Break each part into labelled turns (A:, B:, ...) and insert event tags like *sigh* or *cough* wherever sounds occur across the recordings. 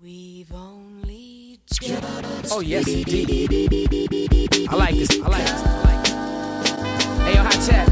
A: We've only just
B: Oh yes, indeed. I like this. I like this. I like this. Hey yo, hot chat.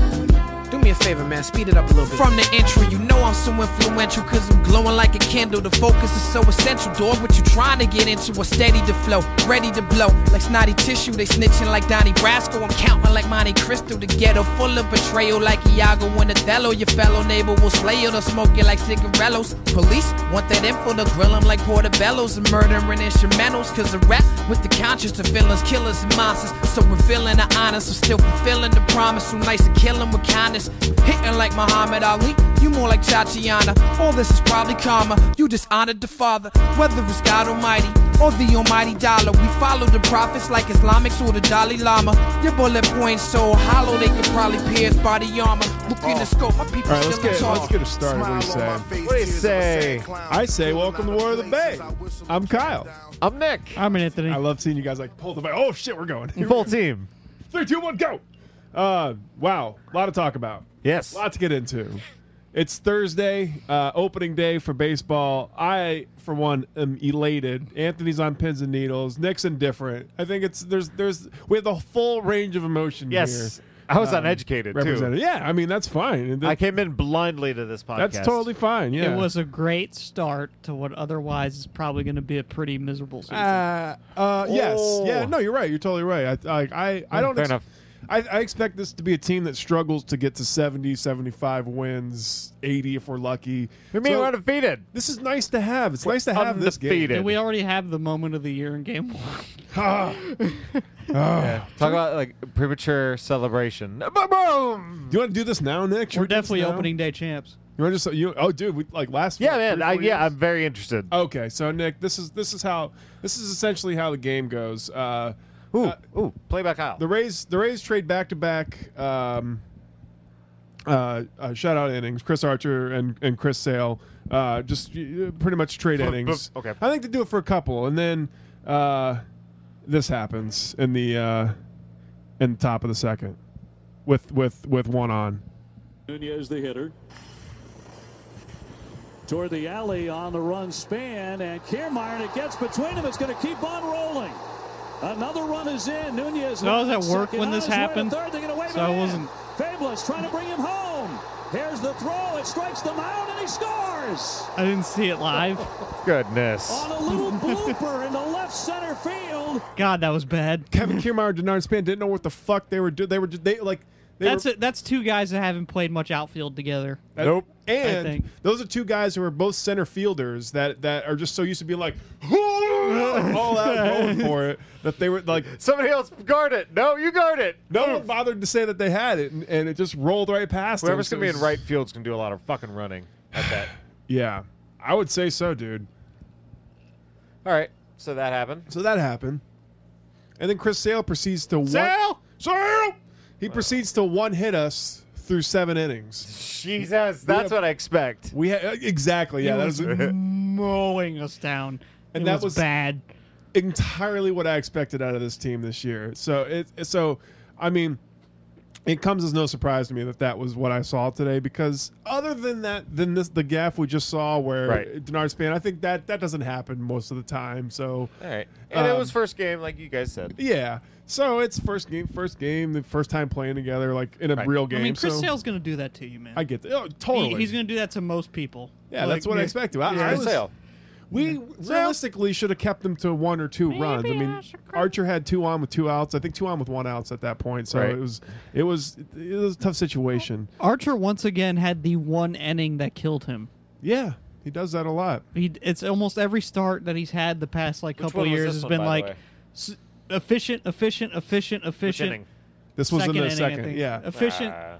B: Do me a favor, man. Speed it up a little bit.
C: From the intro, you know I'm so influential Cause I'm glowing like a candle The focus is so essential Dog, what you trying to get into A steady to flow, ready to blow Like snotty tissue, they snitching like Donnie Brasco I'm counting like Monte Cristo The ghetto full of betrayal Like Iago and Othello Your fellow neighbor will slay you They'll smoke you like cigarellos Police want that info to grill 'em like portobellos And murdering instrumentals Cause the rap with the conscience of villains Killers and monsters So revealing the honest I'm still fulfilling the promise So nice to kill 'em with kindness Hitting like Muhammad Ali, you more like Tatiana. All this is probably karma. You dishonored the father, whether it's God Almighty or the Almighty Dollar. We follow the prophets like Islamics or the Dalai Lama. Your bullet points so hollow they could probably pierce body armor. Look in the scope, my people
D: All right,
C: still
D: let's get
C: in
D: let's
C: talk.
D: get it started. What do you say?
E: What do you say?
D: I say, welcome to War of the Bay. I'm Kyle.
E: I'm Nick.
F: I'm an Anthony.
D: I love seeing you guys like pull the bay. Oh shit, we're going. Here we
E: Full
D: go.
E: team.
D: Three, two, one, go. Uh, wow, a lot to talk about.
E: Yes.
D: A lot to get into. It's Thursday, uh, opening day for baseball. I, for one, am elated. Anthony's on pins and needles. Nick's indifferent. I think it's there's there's we have the full range of emotion
E: Yes.
D: here.
E: I was
D: Um,
E: uneducated
D: Represented.
E: too.
D: Yeah, I mean that's fine. And
E: I came in blindly to this podcast.
D: that's totally fine. Yeah,
F: It was a great start to what otherwise is probably going to be a pretty miserable season.
D: Uh, uh, yes.
E: Oh.
D: Yeah. No, you're right. You're totally right. I like I I don't
E: fair enough.
D: I, I expect this to be a team that struggles to get to 70, 75 wins, 80 if we're lucky.
E: We mean
D: So
E: we're undefeated.
D: this is nice to have. It's nice to have this game.
E: undefeated.
F: and we already have the moment of the year in game one.
D: Ah. Ah.
E: Talk about like premature celebration. Boom!
D: Do you want to do this now, Nick? Should
F: We're
D: we do this
F: definitely
D: now?
F: opening day champs.
D: You want to just you? Oh, dude, we, like last.
E: Yeah,
D: what,
E: man.
D: three,
E: I,
D: four
E: yeah,
D: years? Oh.
E: I'm very interested.
D: Okay, so Nick, this is this is how this is essentially how the game goes. Uh,
E: Ooh,
D: uh,
E: ooh, playback Kyle.
D: The Rays, the Rays trade back to back um, uh, uh, shutout innings. Chris Archer and, and Chris Sale uh, just uh, pretty much trade innings.
E: okay.
D: I think they do it for a couple, and then uh, this happens in the uh, in the top of the second with with with one on.
G: Nunez, the hitter. Toward the alley on the run span, and Kiermaier, and it gets between them. It's going to keep on rolling. Another run is in. Nunez.
F: I was
G: now
F: at work
G: second,
F: when
G: on
F: this
G: his way to
F: happened,
G: third. They're gonna wave
F: so
G: it
F: I
G: in.
F: wasn't-
G: Fabulous trying to bring him home. Here's the throw. It strikes the mound, and he scores
F: I didn't see
D: *laughs*
F: it live.
D: Oh,
E: Goodness.
G: on a
F: *laughs*
G: little blooper in the left center field.
F: God, that was bad.
D: Kevin Kiermaier, Denard Span didn't know what the fuck they were doing. They were ju- they like they
F: That's
D: were,
F: it. That's two guys that haven't played much outfield together.
D: *laughs* That-
E: Nope.
D: Uh, And
F: I think.
D: those are two guys who are both center fielders that, that are just so used to being like *laughs* all out going for it that they were like
E: Somebody else guard it. No, you guard it.
D: no one bothered to say that they had it and, and it just rolled right past.
E: Whoever's
D: them, so
E: gonna be
D: it
E: in
D: was-
E: right field's gonna do a lot of fucking running.
D: *sighs*
E: I bet.
D: Yeah, I would say so, dude.
E: All right. So that happened.
D: So that happened, and then Chris Sale proceeds to one.
E: Sale!
D: Sale. He proceeds to one hit us through seven innings.
E: Jesus, that's
D: Yeah.
E: what I expect.
D: We ha- exactly yeah.
F: He
D: That
F: was
D: was
F: mowing us down.
D: And
F: it
D: that
F: was,
D: was-
F: bad.
D: entirely what I expected out of this team this year. So it so I mean it comes as no surprise to me that that was what I saw today because other than that than this the gaff we just saw where
E: Right.
D: Denard Span I think that that doesn't happen most of the time. So
E: All right. And it
D: Um,
E: was first game, like you guys said.
D: yeah. So it's first game first game the first time playing together like in a
E: Right.
D: real game.
F: I mean, Chris
D: so
F: Sale's going to do that to you, man.
D: I get that. Oh,
F: He-
D: totally.
F: he's going to do that to most people.
D: yeah, that's
F: Like,
D: what I expected. I, I
E: Chris
D: was-
E: Sale.
D: We realistically should have kept them to one or two runs. I mean, Archer had two on with two outs. I think two on with one outs at that point. So
E: Right.
D: it was it was it was a tough situation.
F: Archer once again had the one inning that killed him.
D: Yeah, he does that a lot.
F: He, it's almost every start that he's had the past like couple
E: one was
F: years
E: this
F: has
E: one,
F: been
E: by the
F: like
E: way?
F: s- efficient, efficient, efficient, efficient.
D: This was
F: second
D: in the
F: inning, I
D: second.
F: think.
D: Yeah.
F: efficient.
E: Ah.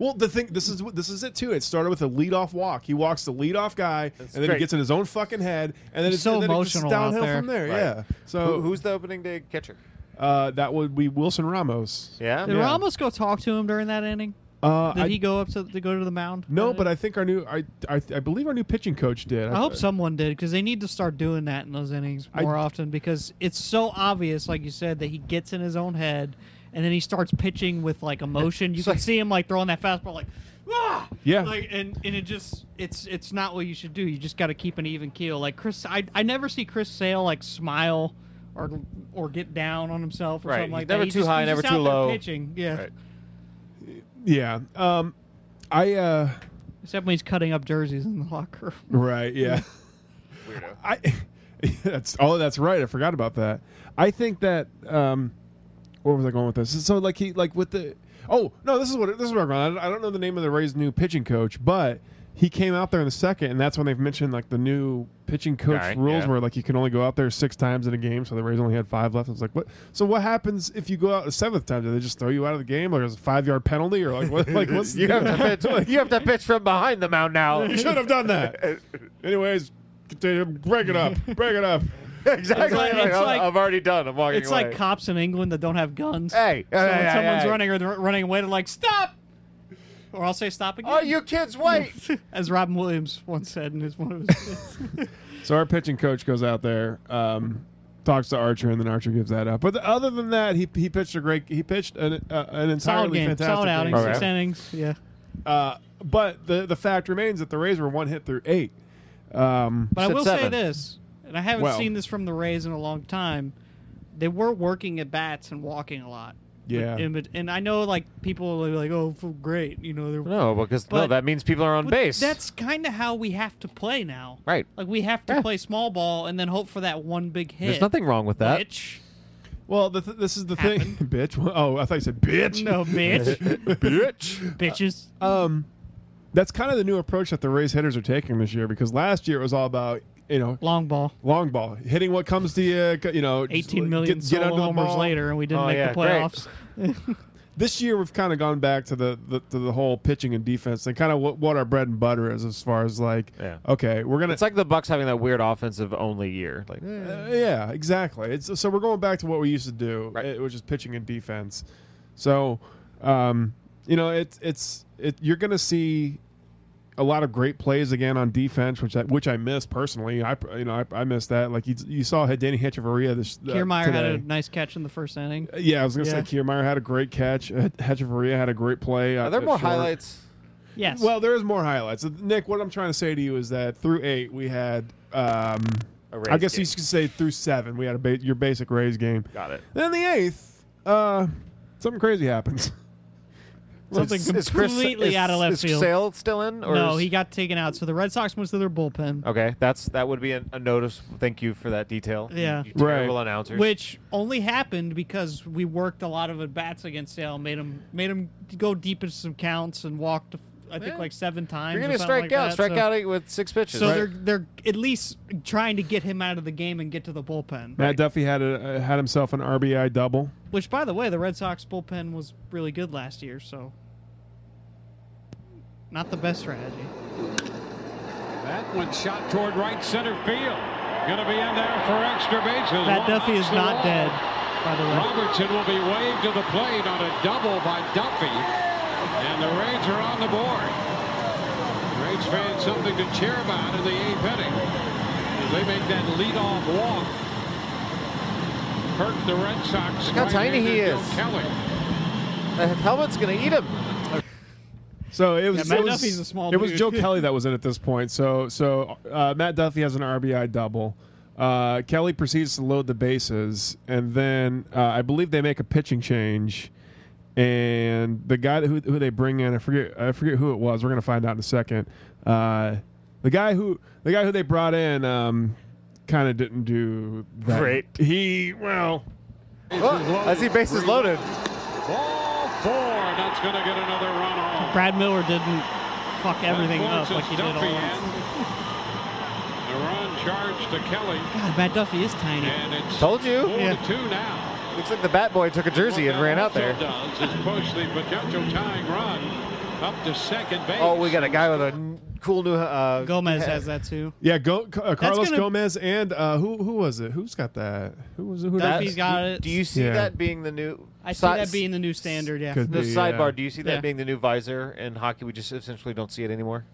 D: Well, the thing this is this is it too. It started with a leadoff walk. He walks the leadoff guy, and then
E: great.
D: he gets in his own fucking head, and then
F: He's
D: it's
F: so
D: and then it just
F: emotional out
D: downhill
F: there.
D: from there.
E: Right.
D: Yeah. So
E: Who, who's the opening day catcher?
D: uh, that would be Wilson Ramos.
E: Yeah.
F: Did
D: Yeah.
F: Ramos go talk to him during that inning?
D: Uh,
F: Did
D: I-
F: he go up to, to go to the mound?
D: no, but I think our new I, I I believe our new pitching coach did.
F: I hope someone did because they need to start doing that in those innings
D: I-
F: more often because it's so obvious, like you said, that he gets in his own head and then he starts pitching with like emotion. You
E: It's
F: can
E: like-
F: see him like throwing that fastball, like "Ah!"
D: Yeah.
F: like and and it just it's it's not what you should do. You just got to keep an even keel. Like Chris, I I never see Chris Sale like smile or or get down on himself or
E: Right.
F: something
E: He's
F: like
E: never
F: that. He
E: too
F: just-
E: high,
F: he's
E: never
F: just
E: too
F: out there
E: low.
F: Pitching, yeah. *laughs*
E: Right.
D: yeah. Um, I uh,
F: Except when he's cutting up jerseys in the locker room.
D: right. Yeah.
E: Weirdo.
D: *laughs* I that's oh that's right. I forgot about that. I think that um where was I going with this? So like he like with the oh no this is what this is where I'm going. I don't- I don't know the name of the Rays' new pitching coach, but he came out there in the second, and that's when they've mentioned like the new pitching coach
E: Right,
D: rules
E: yeah.
D: where like you can only go out there six times in a game, so the Rays only had five left. It's like what? So what happens if you go out the seventh time? Do they just throw you out of the game, or is it a five yard penalty, or like what? Like
E: *laughs*
D: what's
E: You
D: the-
E: have
D: *laughs*
E: to
F: *laughs*
E: pitch. You have to pitch from behind the mound now.
D: you
E: *laughs*
D: should have done that. Anyways, continue. break it
F: *laughs*
D: up, break it up.
E: exactly.
F: It's like-
E: Like,
F: it's
E: I'm,
F: like-
E: I'm already done. I'm walking
F: It's
E: away.
F: like cops in England that don't have guns.
E: Hey,
F: so
E: hey,
F: when
E: hey,
F: someone's
E: hey.
F: running or they're running away, they're like, "Stop!" Or I'll say, "Stop again."
E: Oh, you kids,
F: *laughs*
E: wait!
F: As Robin Williams once said in his one
E: *laughs*
F: of his.
D: So our pitching coach goes out there, um, talks to Archer, and then Archer gives that up. But the- other than that, he he pitched a great. He pitched an uh, an
F: solid
D: entirely
F: game,
D: fantastic
F: solid outing,
D: game.
E: Okay.
F: six innings. Yeah,
D: Uh, but the the fact remains that the Rays were one hit through eight. Um,
F: but I
E: Said
F: will say
E: seven.
F: this, and I haven't
D: Well.
F: seen this from the Rays in a long time. They were working at bats and walking a lot.
D: Yeah.
F: and, but- and I know like people are like, "Oh, f- great," you know. They're,
E: No, because no,
F: But-
E: that means people are on
F: But
E: base.
F: That's kind of how we have to play now.
E: right.
F: Like we have to
E: Yeah.
F: play small ball and then hope for that one big hit.
E: There's nothing wrong with that.
F: Bitch.
D: well, the th- this is the thing, *laughs* bitch. Oh, I thought you said bitch. *laughs*
F: No,
E: *laughs*
F: bitch.
E: Bitch.
F: Bitches.
D: Um, that's kind of the new approach that the Rays hitters are taking this year because last year it was all about you know
F: Long ball.
D: long ball, hitting what comes to you. c- You know, just
F: 18 million
D: get, get
F: solo
D: under the
F: homers
D: ball.
F: later, and we didn't
E: Oh,
F: make
E: yeah,
F: the playoffs.
D: this year we've kind of gone back to the, the to the whole pitching and defense and kind of what, what our bread and butter is as far as like
E: Yeah.
D: okay we're gonna
E: It's like the Bucks having that weird offensive only year. Like, eh.
D: Uh, yeah exactly it's so we're going back to what we used to do
E: Right.
D: eh, which is pitching and defense so um you know it's it's it, you're gonna see a lot of great plays again on defense which I which I miss personally I you know I, I miss that like you, you saw Danny Hitcheveria this uh,
F: Kiermaier had
D: today.
F: a nice catch in the first inning.
E: Uh,
D: yeah, I was gonna
F: Yeah.
D: say Kiermaier had a great catch. Uh, Hechevarria had a great play. uh,
E: are there more highlights?
F: Yes.
D: Well, there is more highlights. Uh, Nick, what I'm trying to say to you is that through eight, we had. Um,
E: A Rays
D: I guess
E: game.
D: you could say through seven, we had a ba- your basic Rays game.
E: Got it.
D: Then the eighth, uh, something crazy happens.
F: something
E: Is- is Chris-
F: completely
E: is-
F: out of left
E: is
F: field.
E: Sale still in? Or
F: no,
E: is-
F: he got taken out. So the Red Sox went to their bullpen,
E: Okay, that's that would be an, a notice. Thank you for that detail. You-
F: Yeah.
E: you
D: Right.
E: terrible announcers.
F: which only happened because we worked a lot of at bats against Sale, made him made him go deep into some counts and walked. I think
E: Yeah.
F: like seven times.
E: you're
F: or
E: gonna
F: something
E: strike
F: like
E: out,
F: that,
E: strike
F: so-
E: out eight with six pitches.
F: So
E: right?
F: they're they're at least trying to get him out of the game and get to the bullpen.
D: Matt Duffy had a, uh, had himself an RBI double.
F: Which, by the way, the Red Sox bullpen was really good last year, so not the best strategy.
G: That one shot toward right center field. Going to be in there for extra bases.
F: Matt
G: One
F: Duffy is
G: knocks the
F: not
G: wall.
F: dead, by the way.
G: Robertson will be waved to the plate on a double by Duffy. And the Rays are on the board. Rays fans something to cheer about in the eighth inning. As they make that leadoff walk. Hurt the Red Sox.
E: Look how tiny he
G: right-hander Joe
E: is.
G: Kelly.
E: the helmet's gonna eat him.
D: So it was,
F: Yeah, Matt
D: it was-
F: Duffy's a small
D: It was
F: dude. *laughs*
D: Joe Kelly that was in at this point. So so uh, Matt Duffy has an RBI double. Uh, Kelly proceeds to load the bases, and then uh, I believe they make a pitching change. And the guy who, who they bring in, I forget I forget who it was. We're gonna find out in a second. Uh, the guy who the guy who they brought in um, kind of didn't do that.
E: Great.
D: He well.
E: Oh, I see bases loaded.
G: Ball four. and That's going to get another run on.
F: Brad Miller didn't fuck everything
G: That
F: up
G: forces
F: like he did all
G: Duffy
F: last.
G: in. The run charge to Kelly.
F: God, Matt Duffy is tiny.
G: And it's
E: Told you.
G: four
F: Yeah.
G: to two now.
E: Looks like the bat boy took a jersey
G: What
E: and ran
G: that
E: out there.
G: also Does is push the potential tying run up to second base.
E: Oh, we got a guy with a n- cool new. Uh,
F: Gomez has that too.
D: Yeah, go, uh, Carlos
F: gonna-
D: Gomez and uh, who who was it? Who's got that? Who was it? Who
E: that-
F: Duffy's got it.
E: Do you see
D: Yeah.
E: that being the new?
F: I see
E: si-
F: that being the new standard. Yeah,
D: Could-
E: the
D: Yeah.
E: sidebar. Do you see that
F: Yeah.
E: being the new visor in hockey? We just essentially don't see it anymore.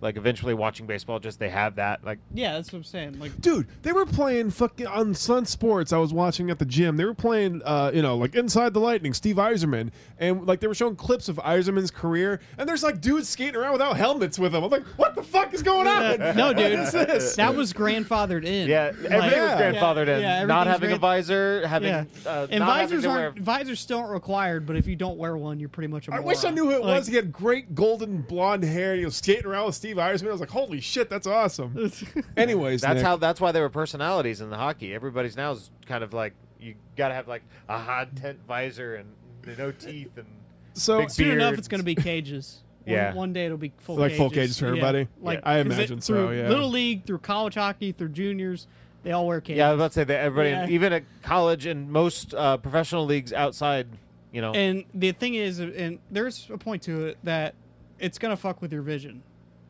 E: Like eventually watching baseball, just they have that. Like
F: Yeah, that's what I'm saying. Like,
D: Dude, they were playing fucking on Sun Sports. I was watching at the gym. They were playing, uh, you know, like Inside the Lightning, Steve Eiserman, and like they were showing clips of Eiserman's career. And there's like dudes skating around without helmets with them. I'm like, what the fuck is going on?
F: uh, no, dude,
D: *laughs* *laughs* what is this?
F: that was grandfathered in.
E: yeah, everything
F: Like-
E: was grandfathered in.
F: Yeah, everything
E: not
F: was
E: having a
F: grand-
E: visor, having
F: Yeah,
E: uh,
F: and
E: not
F: visors
E: having to
F: aren't
E: wear-
F: visors still aren't required. But if you don't wear one, you're pretty much a
D: I
F: moron.
D: wish I knew who it
F: Like,
D: was. He had great golden blonde hair. and He was skating around with Steve Eiserman. I was like, holy shit, that's
F: *laughs*
D: awesome. *laughs* Anyways,
E: That's
D: Nick.
E: how. That's why there were personalities in the hockey. Everybody's now is kind of like you got to have like a hot tent visor and no teeth and
D: so
E: Big
F: Soon enough,
E: beards.
F: it's going to be cages. One-
E: Yeah.
F: One, day it'll be full
D: Like
F: cages.
D: full cages for
F: Yeah.
D: everybody?
F: Like
D: Yeah. I
F: 'cause
D: imagine
F: it-
D: so,
F: through
D: yeah.
F: Little league through college hockey through juniors, they all wear cages.
E: Yeah, I was about to say that everybody,
F: Yeah.
E: even at college and most uh, professional leagues outside, you know,
F: And the thing is, and there's a point to it that it's gonna fuck with your vision,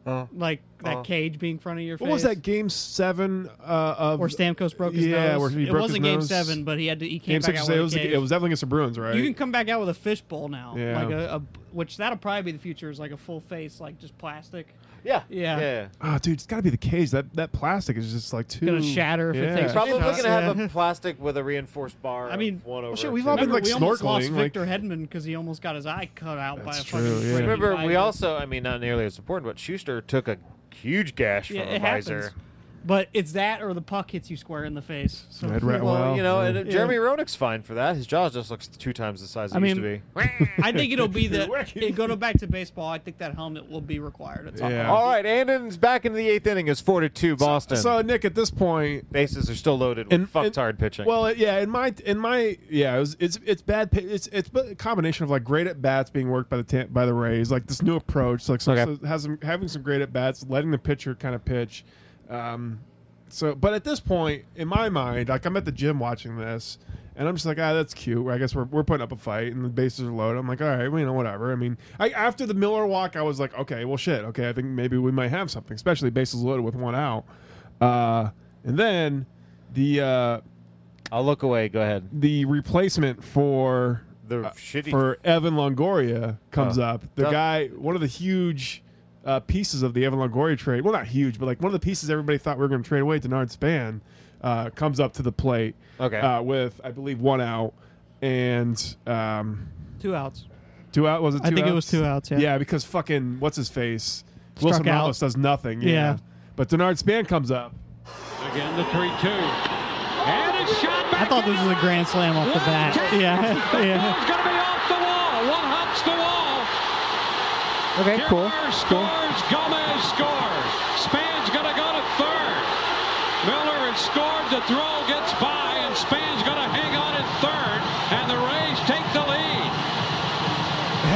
E: Uh,
F: like that
E: uh.
F: cage being in front of your face.
D: what was that game seven uh, of
F: Where Stamkos broke his
D: Yeah,
F: nose.
D: where he
F: it
D: broke
F: wasn't
D: his
F: game
D: nose.
F: seven, but he had to. He came
D: game
F: back
D: six?
F: out
D: or seven? It
F: with a
D: was,
F: cage.
D: it was definitely against the Bruins, right?
F: you can come back out with a fishbowl now,
D: Yeah.
F: like a, a which that'll probably be the future is like a full face, like just plastic.
E: yeah,
F: Yeah.
E: yeah.
D: Ah, dude, it's got to be the cage. That that plastic is just like too
F: Gonna shatter if it takes-
E: Probably
F: Yeah.
E: gonna have a plastic with a reinforced bar.
F: I mean,
E: of one over.
D: shit,
E: or
D: we've
E: two.
D: all been,
F: Remember,
D: like,
F: we almost lost
D: snorkeling, like-
F: Victor Hedman because he almost got his eye cut out by a
D: That's
F: fucking.
D: true, yeah.
F: freaking
E: remember. We
F: visor.
E: also, I mean, not nearly as important, but Schuster took a huge gash
F: yeah,
E: from a
F: it
E: visor.
F: happens. But it's that or the puck hits you square in the face. So
D: Red Rat-
E: Well,
D: Wow.
E: you know,
D: Yeah.
E: and uh, Jeremy Roenick's fine for that. His jaw just looks two times the size it
F: I
E: used
F: mean-
E: to be.
F: *laughs* I think it'll
E: *laughs*
F: be the
D: Wacky.
F: it, go to back to baseball. I think that helmet will be required at some
D: Yeah.
F: point.
E: all right, Andon's back in the eighth inning. It's four to two, Boston.
D: So Nick, at this point,
E: Bases are still loaded with
D: and
E: fucktard
D: and-
E: pitching.
D: Well, yeah, in my in my yeah, it was, it's it's bad. pi- It's it's a combination of like great at bats being worked by the Tam- by the Rays, like this new approach, like so,
E: Okay.
D: so has some, having some great at bats, letting the pitcher kind of pitch. Um, so, but at this point, in my mind, like I'm at the gym watching this, and I'm just like, ah, that's cute. I guess we're, we're putting up a fight, and the bases are loaded. I'm like, all right, well, you know, whatever. I mean, I, after the Miller walk, I was like, okay, well, shit, okay, I think maybe we might have something, especially bases loaded with one out. Uh, and then the uh,
E: I'll look away. Go ahead. Uh,
D: the replacement for
E: The shitty-
D: Uh, for Evan Longoria comes
E: Oh.
D: up. The
E: Duh.
D: guy, one of the huge uh, pieces of the Evan Longoria trade. Well, not huge, but like one of the pieces everybody thought we were going to trade away. Denard Span uh, comes up to the plate.
E: Okay.
D: Uh, with I believe one out and um,
F: Two outs.
D: two out. Was it? Two
F: I think it
D: outs?
F: was two outs, yeah.
D: Yeah, because fucking what's his face?
F: Struck
D: Wilson
F: out.
D: Ramos does nothing.
F: Yeah.
D: But Denard Span comes up.
G: Again, the 3 2. And it's shot
F: I
G: back.
F: thought this was a grand slam off the
E: *laughs*
F: bat. Yeah, *laughs* yeah.
G: It's going to be off the wall. One hops the wall.
E: Okay, cool.
G: Miller scores. Gomez scores. Span's going to go to third. Miller has scored. The throw gets by, and Span's going to hang on at third. And the Rays take the
E: *laughs*
G: lead.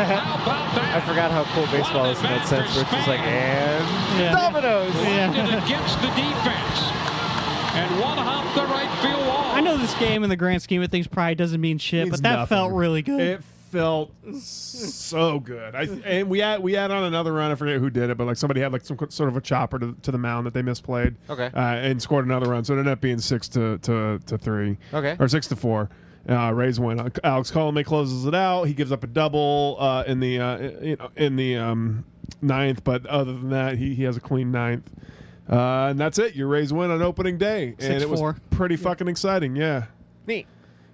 G: How about that?
E: I forgot how cool baseball is in that sense, where it's just like, and
F: Yeah.
E: dominoes.
F: Yeah.
G: It against the defense. And one hop the right field wall.
F: I know this game in the grand scheme of things probably doesn't mean shit,
D: Means
F: but that
D: nothing.
F: felt really good.
D: It felt so good. I and we had we had on another run. I forget who did it, but like somebody had like some sort of a chopper to, to the mound that they misplayed.
E: Okay.
D: uh, and scored another run, so it ended up being six to to, to three.
E: Okay.
D: or six to four. Uh, Rays win. Alex Colomay closes it out. He gives up a double uh, in the uh, in, in the um, ninth, but other than that, he, he has a clean ninth. Uh, and that's it. Your Rays win on opening day, and it was
F: 6-4.
D: pretty fucking exciting. Yeah.
E: Neat.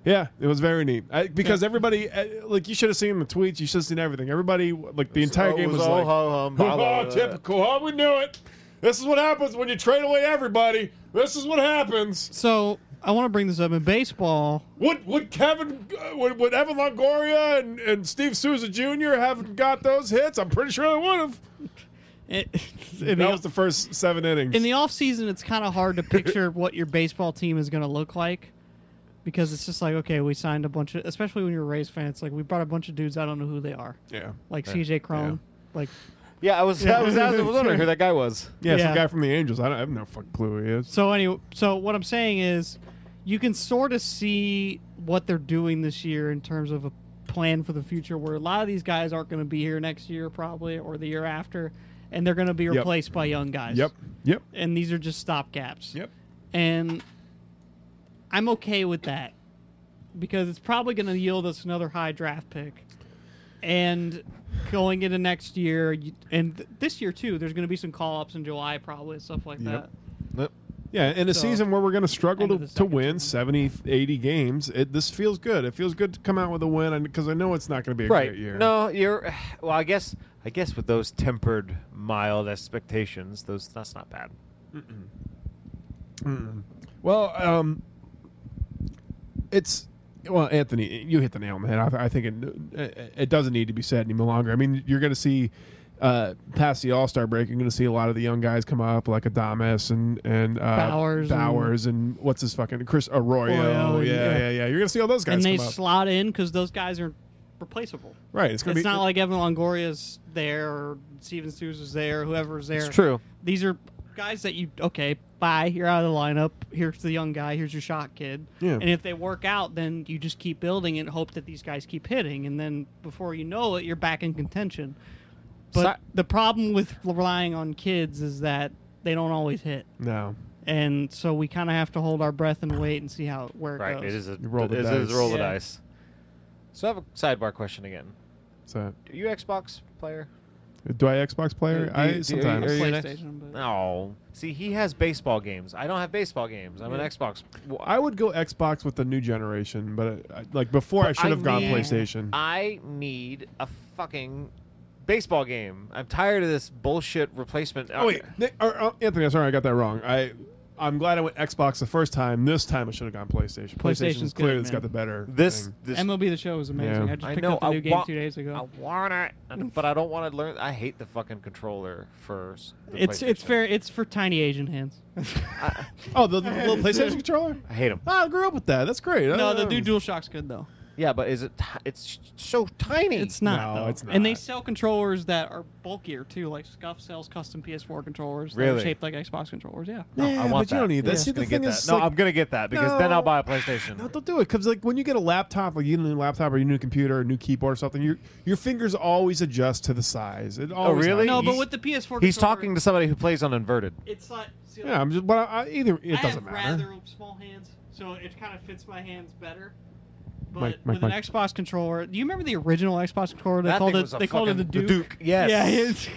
D: Yeah, it was very neat I, because everybody, uh, like, you should have seen the tweets. You should have seen everything. Everybody, like, the entire
E: oh, it
D: game
E: was
D: was,
E: all
D: like,
E: ho-hum, blah, blah,
D: "Oh,
E: blah."
D: typical. Oh, we knew it. This is what happens when you trade away everybody. This is what happens.
F: so I want to bring this up in baseball.
D: Would would Kevin, uh, would, would Evan Longoria and, and Steve Souza Jr. have got those hits? I'm pretty sure they would have.
F: It, *laughs*
D: That
F: in, the,
D: was the first seven innings.
F: in the off season, it's kind
D: *laughs*
F: of hard to picture what your baseball team is going to look like because it's just like okay, we signed a bunch of, especially when you're a Rays fan, it's like we brought a bunch of dudes I don't know who they are,
D: yeah.
F: like CJ Crone, like
E: Yeah, I was, I was, I
D: *laughs*
E: was wondering who that guy was.
D: yeah, some
F: Yeah.
D: guy from the Angels. I, don't, I have no fucking clue who he is.
F: So anyway, so what I'm saying is, you can sort of see what they're doing this year in terms of a plan for the future, where a lot of these guys aren't going to be here next year, probably, or the year after, and they're going to be
D: Yep.
F: replaced by young guys.
D: Yep. Yep.
F: And these are just stopgaps.
D: Yep.
F: And I'm okay with that because it's probably going to yield us another high draft pick. and going into next year you- and th- this year too, there's going to be some call ups in July probably and stuff like
D: Yep.
F: that.
D: Yep. Yeah, in a
F: So,
D: season where we're going to struggle
F: end of
D: to,
F: the
D: to
F: second
D: win
F: round.
D: 70, 80 games, it, this feels good. It feels good to come out with a win because I know it's not going to be a
E: right.
D: great year.
E: No, you're. Well, I guess. I guess with those tempered, mild expectations, those that's not bad.
D: Well, um, it's well, Anthony, you hit the nail on the head. I, th- I think it it doesn't need to be said any longer. I mean, you're going to see uh, past the All Star break, you're going to see a lot of the young guys come up, like Adamas and and uh,
F: Bowers and-
D: Bowers and, what's his fucking Chris Arroyo.
F: Arroyo,
D: yeah, yeah,
F: yeah.
D: yeah, You're going to see all those guys
F: And they
D: come up.
F: slot in because those guys are replaceable.
D: right, it's going to
F: It's
D: be
F: not like Evan Longoria's there or Steven Seuss is there, whoever's there.
E: true.
F: These are guys that you okay, bye, you're out of the lineup. Here's the young guy, here's your shot kid.
D: Yeah.
F: And if they work out, then you just keep building and hope that these guys keep hitting and then before you know it, you're back in contention. But
E: Si-
F: the problem with relying on kids is that they don't always hit.
D: no.
F: And so we kind of have to hold our breath and wait and see how where it
E: Right.
F: goes.
E: It is a
D: You roll the
E: it is
D: dice.
E: a roll the
F: Yeah.
E: dice. So I have a sidebar question again.
D: So,
E: Are you Xbox player?
D: do I Xbox player?
E: Do you-
D: I
E: do you-
D: sometimes.
E: are you an X-
F: PlayStation, but-
E: No. See, he has baseball games. I don't have baseball games. I'm
F: Yeah.
E: an Xbox.
D: Well, I would go Xbox with the new generation, but uh, like before, I
E: But
D: should
E: I
D: have gone
E: need-
D: PlayStation.
E: I need a fucking baseball game. I'm tired of this bullshit replacement.
D: Oh wait, Nick, or, uh, Anthony, I'm sorry, I got that wrong. I I'm glad I went Xbox the first time. This time I should have gone PlayStation. PlayStation's
F: PlayStation's good,
D: clearly it's
F: man.
D: got the better.
E: This
D: thing.
E: this
F: MLB The Show was amazing.
D: Yeah.
F: I just
E: I
F: picked
E: know.
F: up the
E: I
F: new game
E: want-
F: two days ago.
E: I want it, and- but I don't want to learn. I hate the fucking controller for. s- the
F: It's it's
E: PlayStation.
F: fair. It's for tiny Asian hands. *laughs*
D: Oh, the, the little PlayStation controller.
E: I hate them.
D: Oh, I grew up with that. That's great.
F: no, the
D: Um,
F: new DualShock's good though.
E: Yeah, but is it? T- it's so tiny.
F: It's not.
D: No,
F: though.
D: it's
F: And they
D: not.
F: sell controllers that are bulkier too. Like Scuff sells custom PS4 controllers that
E: Really?
F: are shaped like Xbox controllers. Yeah.
E: No,
D: Yeah,
E: I want
D: but you don't
E: that.
D: need that.
E: I'm
D: See,
E: just
D: the
E: gonna get
D: thing
E: that.
D: is,
E: no,
D: like-
E: I'm gonna get that because then
D: No.
E: I'll buy a PlayStation.
D: No, don't do it because like when you get a laptop, like you get a new laptop or you new computer or new keyboard or something, your your fingers always adjust to the size. It always
E: Oh, really?
F: No, but
E: He's-
F: with the PS4,
E: He's
F: controller,
E: talking to somebody who plays on inverted.
F: It's like see,
D: Yeah, I'm just. But I, I, either it
F: I
D: doesn't
F: have
D: matter.
F: rather small hands, so it kind of fits my hands better. But
D: Mike, Mike,
F: with an
D: Mike.
F: Xbox controller, do you remember the original Xbox controller? They
E: That
F: called
E: thing
F: it.
E: was a
F: they called it the
E: fucking-
F: Duke.
E: the Duke, yes.
F: Yeah.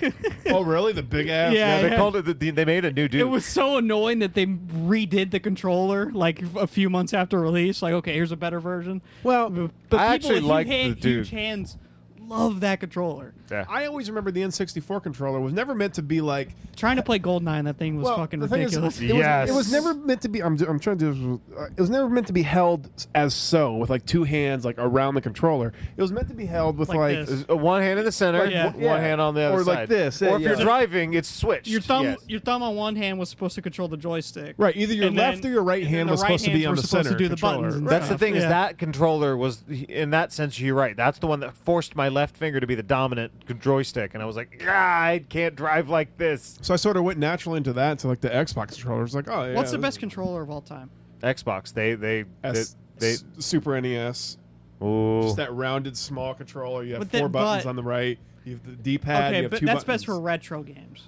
F: it's- *laughs*
D: *laughs* oh, really? The big ass.
F: Yeah,
E: Yeah, they
F: yeah.
E: called it. The, they made a new dude.
F: It was so annoying that they redid the controller like a few months after release. Like, okay, here's a better version.
D: Well,
F: but
E: I
F: people
E: actually
F: with
E: like
F: huge,
E: the
F: huge
E: Duke.
F: hands love that controller.
E: Yeah.
D: I always remember the N64 controller was never meant to be like
F: Trying to play Goldeneye, that thing was
D: Well,
F: fucking
D: the thing is,
F: ridiculous.
D: it, was,
E: Yes.
D: it was never meant to be. I'm, I'm trying to. do this with- uh, It was never meant to be held as so with like two hands like around the controller. It was meant to be held with like,
F: Like this.
E: Uh, one hand in the center,
D: Like,
F: yeah.
E: one hand on the other
D: Or
E: side,
D: like this, yeah,
E: Or if
D: yeah.
E: you're driving, it's switched.
F: *laughs* your thumb,
E: Yes.
F: your thumb on one hand was supposed to control the joystick.
D: right. Either your
F: And
D: left
F: then-
D: or your right
F: and then
D: hand
F: the
D: was
F: right
D: supposed to be
F: hands
D: on
F: were
D: the
F: supposed to
D: center.
F: do the
D: controller.
F: buttons and
D: Right.
E: That's the
F: stuff,
E: thing is
F: yeah.
E: that controller was in that sense you're right. That's the one that forced my left finger to be the dominant c- joystick, and I was like, "Ah, I can't drive like this.
D: So I sort of went naturally into that to like the Xbox controller. It's like, oh, yeah,
F: What's the
D: this
F: best controller of all time?
E: Xbox, they they
D: is
E: they,
D: S- Super NES.
E: they ooh.
D: Just that rounded small controller. You have
F: But
D: four
F: then-
D: buttons
F: but-
D: on the right. You have the D-pad. you
F: Okay,
D: have
F: but
D: two
F: that's
D: buttons.
F: best for retro games.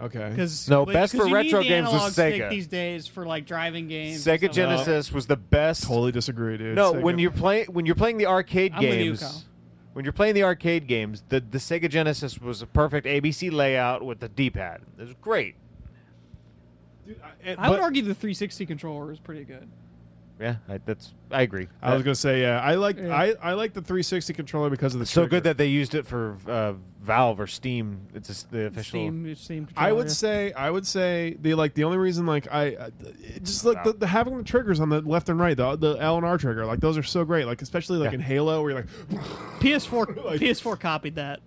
D: okay.
F: Because
E: No, best for
F: you need
E: retro
F: the
E: games was
F: analog stick
E: Sega.
F: these days for like driving games. and
E: Sega
F: stuff like that.
E: Genesis was the best.
D: Totally disagree, dude.
E: no,
D: Sega-
E: when you're playing when you're playing the arcade
F: I'm with you, Kyle.
E: games. When you're playing the arcade games, the, the Sega Genesis was a perfect ABC layout with the D-pad. It was great.
D: Dude, I, and-
F: I would
D: but-
F: argue the 360 controller is pretty good.
E: Yeah, I, that's I agree.
D: I was gonna say yeah. I like
F: Yeah.
D: I, I like the 360 controller because of the
E: It's so good
D: trigger.
E: that they used it for uh, Valve or Steam. It's just the official.
F: Steam, Steam controller.
D: I would
F: Oh, yeah.
D: say I would say the like the only reason like I uh, it just like the, the having the triggers on the left and right the the L and R trigger like those are so great like especially like
E: Yeah.
D: in Halo where you're like *laughs*
F: PS4
D: Like-
F: PS4 copied that.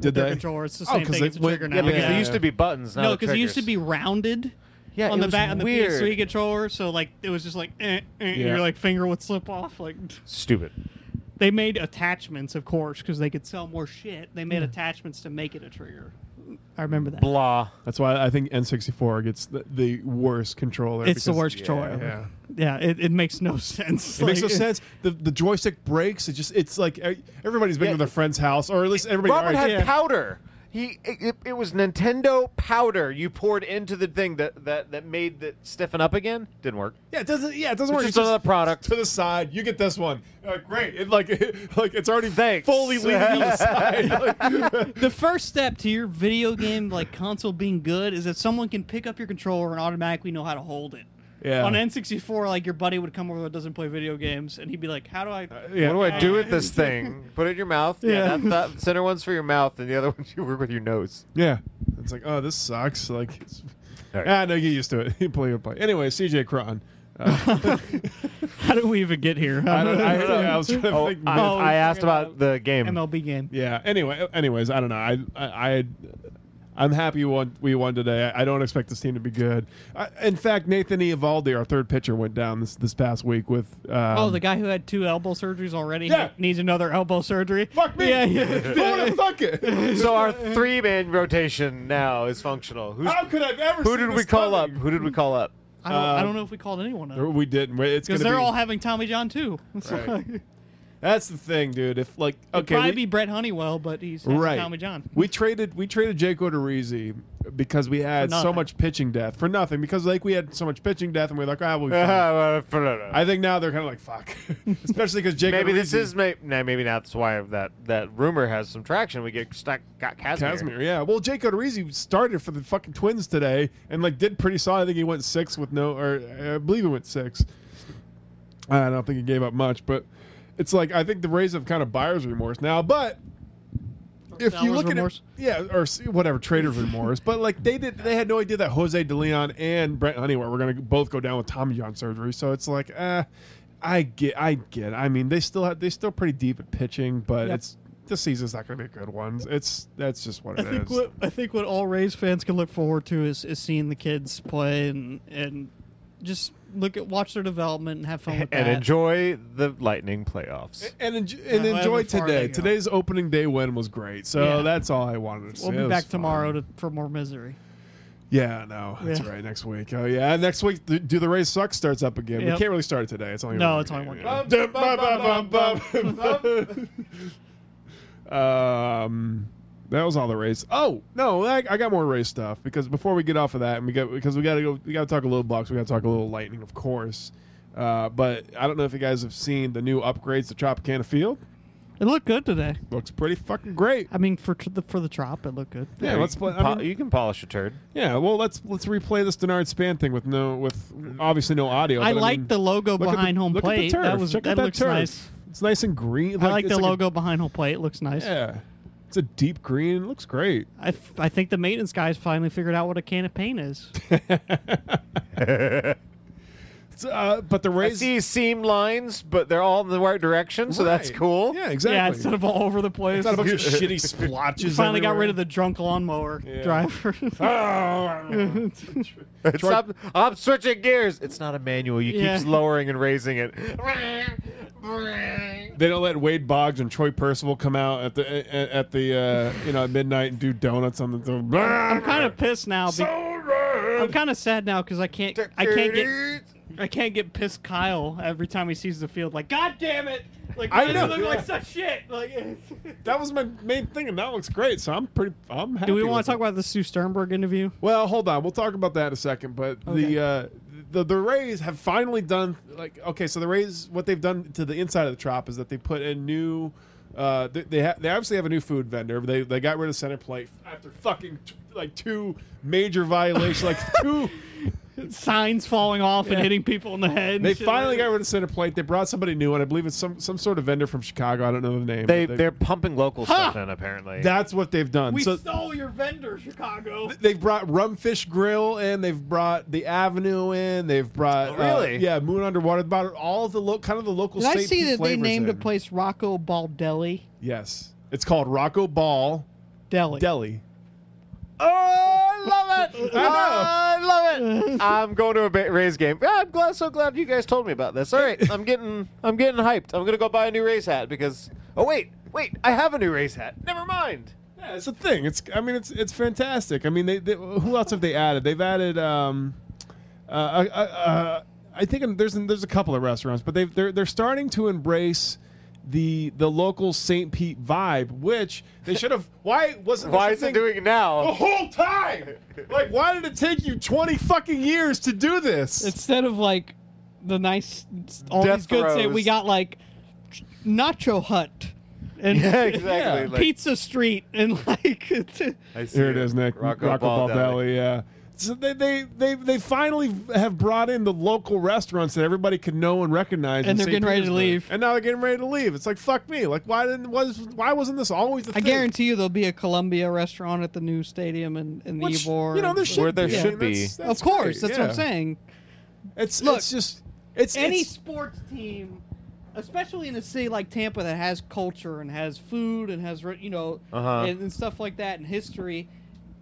D: did
F: Their
D: they
F: controller, it's the
D: Oh,
F: same
D: 'cause
F: thing.
D: they
F: it's a
D: went-
F: trigger now.
E: Yeah, because
D: Yeah.
E: they used to be buttons. Now
F: no,
E: because
F: because it used to be rounded.
E: Yeah,
F: on
E: it
F: the
E: was
F: back on the
E: weird.
F: PS3 controller, so like it was just like eh, eh, and
D: Yeah.
F: your like finger would slip off. Like *laughs*
E: stupid.
F: they made attachments, of course, because they could sell more shit. They made attachments to make it a trigger. I remember that.
E: Blah.
D: that's why I think N64 gets the, the worst controller
F: it's the
D: because-
F: worst controller.
D: yeah,
F: ever.
D: yeah.
F: yeah it, it makes no *laughs* sense.
D: It makes no
F: *laughs*
D: sense. The the joystick breaks. It just it's like e- everybody's been
E: Yeah.
D: to their friend's house, or at least everybody.
E: Robert
D: already-
E: had
F: Yeah.
E: powder. He it, it was Nintendo powder you poured into the thing that that that made that stiffen up again. Didn't work.
D: Yeah, it doesn't. Yeah, it doesn't
E: It's
D: work.
E: just another product.
D: to the side. You get this one. Uh, great. It, like, *laughs* like it's already
E: Thanks.
D: fully leaning
E: *laughs*
D: to the side. *laughs* Like-
F: The first step to your video game like console being good is that someone can pick up your controller and automatically know how to hold it.
D: Yeah.
F: On N64, like your buddy would come over that doesn't play video games, and he'd be like, "How do I?"
D: Uh, yeah.
E: What do I do with *laughs* this thing? Put it in your mouth. Yeah,
F: Yeah.
E: that, that center one's for your mouth, and the other one's *laughs* you work with your nose.
D: Yeah. It's like, oh, this sucks. Like, it's,
E: All right.
D: ah, no, get used to it. *laughs* You play your play. Anyway, CJ Cron.
F: How did we even get here?
D: I
F: *laughs*
D: don't.
E: *laughs*
D: I, yeah, I was trying to
E: Oh,
D: think.
E: I,
F: Oh,
E: I
F: we
E: asked
F: forgot
E: about the game.
F: MLB game.
D: yeah. Anyway. Anyways, I don't know. I. I. I I'm happy we won, we won today. I I don't expect this team to be good. I, in fact, Nathan Eovaldi, our third pitcher, went down this this past week with. Um,
F: oh, the guy who had two elbow surgeries already
D: Yeah.
F: needs another elbow surgery.
D: fuck me!
F: Yeah, yeah.
D: *laughs* Who the Oh, fuck
F: *laughs*
D: it?
E: *laughs* So
D: *laughs*
E: our three-man rotation now is functional. Who's,
D: How could I have ever?
E: who
D: seen
E: did we
D: Ah, this
E: call up?
D: coming?
E: Who did we call up?
F: I don't, I
D: Um,
F: don't know if we called anyone up.
D: We didn't. It's
F: Because
D: gonna
F: they're
D: be-
F: all having Tommy John too. So *laughs* it'd
D: That's the thing, dude. If like okay,
F: probably
D: we-
F: be Brett Honeywell, but he's having
D: right.
F: Tommy John.
D: We traded we traded Jake Odorizzi because we had
F: For
D: so
F: nothing.
D: much pitching depth for nothing because like we had so much pitching depth and we are like ah
E: *laughs*
D: we'll be fine. *laughs*
E: I,
D: I think now they're kind of like fuck, *laughs* especially because Jake.
E: maybe this
D: Odorizzi-
E: is maybe, nah, maybe that's why that that rumor has some traction. We get stuck got Casimir.
D: Casimir. Yeah, well, Jake Odorizzi started for the fucking Twins today and like did pretty solid. I think he went six with no, or uh, I believe he went six. I don't think he gave up much, but it's like I think the Rays have kind of buyer's remorse now. But if you
F: Seller's
D: look
F: remorse.
D: at it, yeah, or s- whatever trader's remorse, but like they did, they had no idea that Jose DeLeon and Brent Honeywell were going to both go down with Tommy John surgery. So it's like, uh, I get, I get. I mean, they still have, they still pretty deep at pitching, but
F: Yep.
D: it's the season's not going to be a good one. It's that's just what
F: I
D: it is.
F: think what I think what all Rays fans can look forward to is, is seeing the kids play and and just look at watch their development and have fun
D: *laughs*
F: with
E: and
F: that.
E: enjoy the Lightning playoffs.
D: and enjoy, and
F: Yeah,
D: enjoy
F: however far
D: today.
F: they go.
D: Today's opening day win was great, so
F: Yeah.
D: that's all I wanted to say.
F: We'll
D: It
F: be
D: was
F: back
D: fun.
F: tomorrow to, for more misery.
D: Yeah, no, that's
F: Yeah.
D: right. Next week. Oh yeah, next week. th- Do the Rays suck starts up again? We
F: Yep.
D: can't really start it today. It's only
F: No, it's only one
D: game, yeah. *laughs* um, that was all the Rays. Oh no, I, I got more Rays stuff because before we get off of that, and we got because we got to go. We got to talk a little Bucks. We got to talk a little Lightning, of course. Uh, but I don't know if you guys have seen the new upgrades to Tropicana Field.
F: It looked good today.
D: Looks pretty fucking great.
F: I mean, for tr- the for the trop, it looked good.
D: Yeah, let's play. I
E: Po-
D: mean,
E: you can polish a turd.
D: yeah, well, let's let's replay this Denard Span thing with no with obviously no audio.
F: I
D: but
F: like
D: mean,
F: the logo
D: look at the-
F: behind home
D: look at the
F: plate.
D: turf.
F: That was
D: Check out
F: that, looks
D: turf.
F: nice.
D: It's nice and green.
F: I like
D: it's
F: the
D: a-
F: logo behind home plate. It looks nice.
D: yeah, it's a deep green. It looks great.
F: I, f- I think the maintenance guys finally figured out what a can of
D: *laughs*
F: paint is.
D: It's, uh, but the
E: I
D: Rays
E: see seam lines, but they're all in the right direction, so that's
D: Right.
E: cool.
D: Yeah, exactly.
F: Yeah, instead of all over the
D: It's
F: place.
D: not a
E: *laughs*
F: *laughs*
D: bunch of shitty splotches.
F: finally got rid of the drunk lawnmower driver.
D: Ah.
F: *laughs*
D: Oh,
E: It's up, I'm switching gears. It's not a manual. You
F: Yeah.
E: keep lowering and raising it.
D: they don't let Wade Boggs and Troy Percival come out at the at, at the uh, you know at midnight and do donuts on the.
F: I'm kind of pissed now. Be- I'm kind of sad now because I can't. I can't get. I can't get pissed Kyle every time he sees the field. Like, God damn it! Like,
D: I
F: why does
D: know.
F: it look like such shit? Like,
D: That was my main thing, and that looks great. So I'm pretty. I'm happy.
F: *laughs* do we
D: with
F: want to
D: it.
F: talk about the Sue Sternberg interview?
D: Well, hold on. We'll talk about that in a second. But
F: Okay.
D: the uh, the the Rays have finally done like okay. So the Rays, what they've done to the inside of the trop is that they put in new. Uh, they they, ha- they obviously have a new food vendor. They they got rid of center plate after fucking t- like two major violations.
F: *laughs*
D: like two,
F: Signs falling off and hitting people in the head. and
D: they
F: shit
D: finally
F: like
D: got rid of center plate. They brought somebody new, and I believe it's some some sort of vendor from Chicago. I don't know the name.
E: They
D: but
E: they're pumping local stuff in apparently.
D: that's what they've done.
F: We
D: so
F: stole your vendor, Chicago.
D: They've brought Rumfish Grill in. They've brought the Avenue in. They've brought
E: Oh, really?
D: uh, yeah, Moon Underwater. Brought all the lo- kind of the local.
F: Did I
D: state
F: see
D: food
F: that they
D: flavors
F: named a
D: in.
F: place Rocco Baldelli?
D: Yes, it's called Rocco Ball
F: Deli.
D: Deli.
E: oh, I love it! I love it! I'm going to a ba- Rays game. Yeah, I'm glad, so glad you guys told me about this. All right, I'm getting I'm getting hyped. I'm gonna go buy a new Rays hat because oh wait wait I have a new Rays hat. Never mind.
D: Yeah, it's a thing. It's I mean it's it's fantastic. I mean they, they who else have they added? They've added um, uh, uh, uh, I think there's there's a couple of restaurants, but they they're they're starting to embrace the the local St. Pete vibe, which they should have. Why wasn't this
E: Why
D: a
E: is it
D: thing
E: doing it
D: the
E: now?
D: whole time? Like, why did it take you twenty fucking years to do this?
F: Instead of like the nice, all
E: Death
F: these good say
E: throes.
F: we got like Nacho Hut and
E: Yeah,
F: *laughs*
E: exactly. Like,
F: Pizza Street and like. *laughs*
E: I see
D: Here it is, Nick.
E: Rocco,
D: Rocco
E: Baldelli.
D: Baldelli, yeah. So they, they, they, they finally have brought in the local restaurants that everybody can know and recognize.
F: And
D: in
F: they're
D: St.
F: getting ready to
D: Petersburg.
F: leave.
D: And now they're getting ready to leave. It's like fuck me. Like why didn't was why wasn't this always the
F: I
D: thing?
F: guarantee you there'll be a Columbia restaurant at the new stadium and in, in
D: Which,
F: the Ybor.
D: you know, there should
E: Where there
D: be. I
E: should
D: mean, that's-
E: be.
F: of
D: that's
F: course,
D: great,
F: that's what I'm
D: yeah.
F: saying.
D: It's
F: Look,
D: it's just it's
F: Any
D: it's-
F: sports team, especially in a city like Tampa that has culture and has food and has you know
E: Uh-huh.
F: and, and stuff like that and history,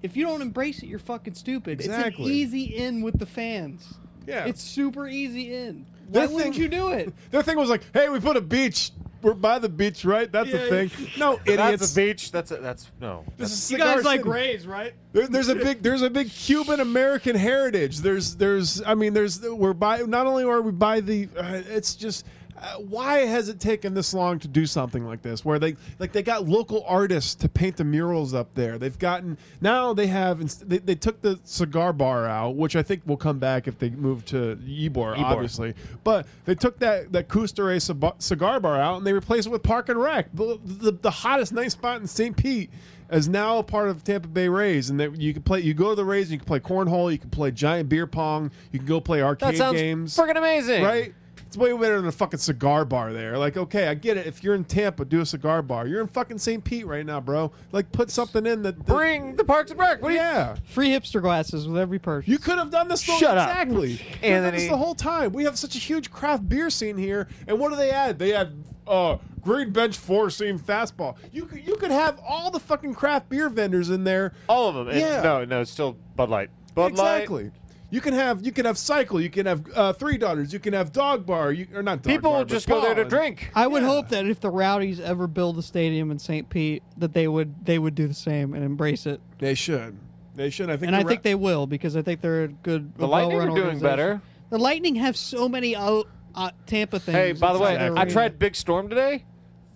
F: if you don't embrace it, you're fucking stupid. It's
D: Exactly.
F: an easy in with the fans.
D: Yeah.
F: it's super easy in.
D: Their
F: Why wouldn't
D: thing-
F: you do
D: *laughs*
F: it?
D: their thing was like, hey, we put a beach. We're by the beach, right? That's a thing. No, idiots.
E: That's a beach. That's a, that's no.
D: This is
F: You
D: Cigar
F: guys like
D: City.
F: Rays, right?
D: There, there's a big there's a big Cuban American heritage. There's there's I mean there's we're by not only are we by the uh, it's just uh, why has it taken this long to do something like this where they like they got local artists to paint the murals up there. They've gotten now they have inst- they, they took the cigar bar out, which I think will come back if they move to Ybor, obviously. But they took that that Custere ciba- cigar bar out and they replaced it with Park and Rec, the, the, the hottest night spot in St. Pete is now a part of Tampa Bay Rays, and that you can play. You go to the Rays, and you can play cornhole, you can play giant beer pong, you can go play arcade
E: That sounds
D: games,
E: freaking amazing,
D: right? It's way better than a fucking cigar bar there. Like, okay, I get it. If you're in Tampa, do a cigar bar. You're in fucking St. Pete right now, bro. Like, put something in that. that-
E: Bring the Parks and Rec. What do you?
D: yeah,
F: Free hipster glasses with every purchase.
D: you could have done this. The,
E: Shut up.
D: exactly. Exactly. They've done this
E: Anthony.
D: the whole time. We have such a huge craft beer scene here, and what do they add? They add uh, green bench four seam fastball. You could you could have all the fucking craft beer vendors in there.
E: All of them. And
D: Yeah.
E: No, no, it's still Bud Light. Bud
D: exactly.
E: Light.
D: You can have you can have cycle. You can have uh, three daughters. You can have dog bar. You or not dog
E: People
D: bar,
E: will
D: but
E: just go there to
D: ball.
E: drink.
F: I would hope that if the Rowdies ever build a stadium in St. Pete, that they would they would do the same and embrace it.
D: They should. They should. I think.
F: And I
D: the
F: think
D: Ra-
F: they will because I think they're a good.
E: The
F: a
E: Lightning
F: well-run
E: are doing
F: organization.
E: better.
F: The Lightning have so many out, uh, Tampa things.
E: Hey, by the
F: inside
E: way,
F: their
E: I
F: arena.
E: tried Big Storm today.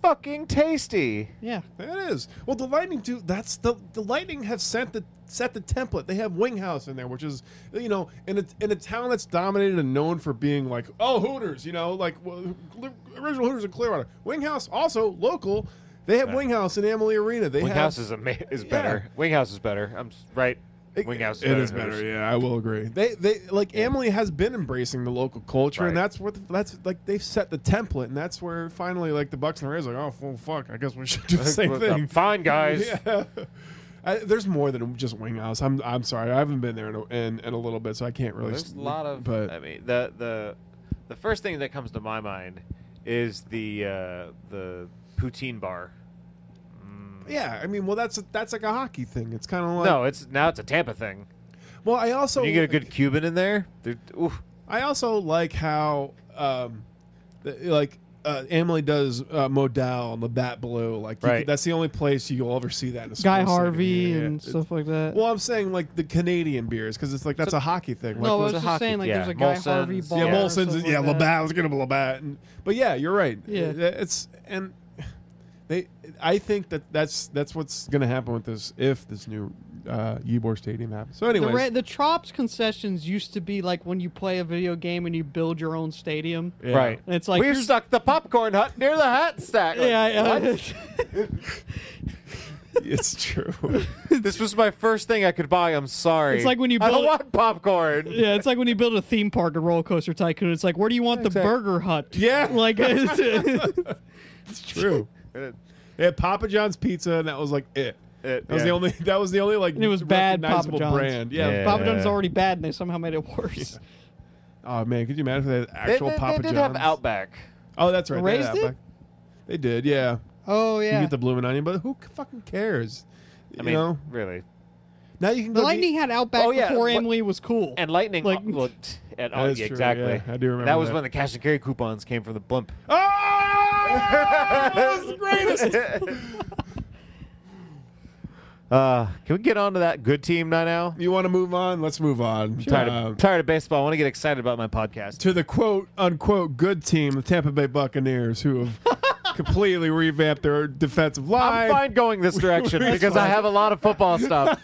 E: Fucking tasty.
F: Yeah,
D: It is. Well, the Lightning do. That's the the Lightning have sent the set the template. They have Winghouse in there, which is you know in a in a town that's dominated and known for being like oh Hooters, you know like well, original Hooters in Clearwater. Winghouse also local. They have Winghouse in Amalie Arena. They have
E: Winghouse is ama- is better. Winghouse is better. I'm s- right. Winghouse.
D: It is
E: than
D: better.
E: others.
D: Yeah, I will agree. They they like Emily has been embracing the local culture, and
E: Right.
D: that's where the, that's like they've set the template, and that's where finally like the Bucks and the Rays are like, oh well, fuck, I guess we *laughs* should do the same thing.
E: Fine, guys.
D: *laughs* Yeah. I, there's more than just Winghouse. I'm I'm sorry, I haven't been there in a, in, in a little bit, so I can't really.
E: There's a lot of.
D: but
E: I mean, the the the first thing that comes to my mind is the uh, the poutine bar.
D: yeah, I mean, well, that's that's like a hockey thing. It's kind of like
E: No, it's now it's a Tampa thing.
D: Well, I also
E: you get a good Cuban in there. They're- oof.
D: I also like how, um, th- like, uh, Emily does uh, Modal and the Bat Blue. Like, you
E: Right.
D: could- that's the only place you'll ever see that. In a
F: Guy
D: sports
F: Harvey
D: setting. Yeah,
F: and
D: yeah.
F: stuff like that.
D: Well, I'm saying like the Canadian beers because it's like that's a hockey thing.
F: no, I
D: like,
F: was
E: a
F: just
E: hockey-
F: saying like
E: yeah,
F: there's a Guy
E: Molson's,
F: Harvey bar.
D: yeah,
F: or
D: Molson's.
F: something
D: yeah,
F: like that.
D: Labatt. Let's get him a Labatt. And, but yeah, you're right.
F: Yeah.
D: It- it's and they. I think that that's that's what's gonna happen with this if this new uh, Ybor Stadium happens. So,
F: The,
D: anyways,
F: ra- the Trops concessions used to be like when you play a video game and you build your own stadium.
D: yeah.
E: Right.
F: And it's like
E: We've
F: here's-
E: stuck the popcorn hut near the hat stack. Like,
F: *laughs* Yeah, yeah.
E: what?
D: it's
F: *laughs*
D: true.
E: this was my first thing I could buy. I'm sorry.
F: It's like when you
E: I don't
F: build-
E: want popcorn.
F: Yeah, it's like when you build a theme park at Roller Coaster Tycoon. It's like, where do you want
E: Exact-
F: the Burger Hut?
D: Yeah.
F: *laughs* like
D: True. They had Papa John's pizza, and that was like it.
E: It-
D: that was
E: yeah.
D: the only. That was the only like.
F: And it was bad Papa
D: recognizable
F: John's.
D: brand. Yeah.
E: Yeah.
F: Papa John's already bad, and they somehow made it worse.
D: Oh man, could you imagine if they had
E: They,
D: actual
E: they- they
D: Papa
E: did
D: John's?
E: have Outback.
D: Oh, that's right.
F: Raised
D: they,
F: it?
D: had Outback. they did. Yeah.
F: Oh
D: You
F: yeah,
D: get the blooming onion, but who c- fucking cares?
E: I
D: you
E: mean,
D: know.
E: really.
D: Now you can
F: the
D: go.
F: Lightning
D: to-
F: had Outback
E: Oh, yeah,
F: before
E: what-
F: Emily was cool.
E: And Lightning.
F: Like-
E: well, t- and,
D: That
E: oh,
D: is
E: yeah,
D: true,
E: exactly.
D: yeah. I do remember
E: That was
D: that.
E: when the cash and carry coupons came from the
F: *laughs*
E: blimp.
D: oh, that was the greatest.
E: *laughs* Uh, can we get on to that good team now? Now,
D: You want to move on? Let's move on.
E: tired
D: Um,
E: of tired of baseball. I want to get excited about my podcast. *laughs*
D: to the quote unquote good team, the Tampa Bay Buccaneers, who have completely revamp their defensive line.
E: I'm fine
D: *laughs*
E: going this direction because I have a lot of football stuff.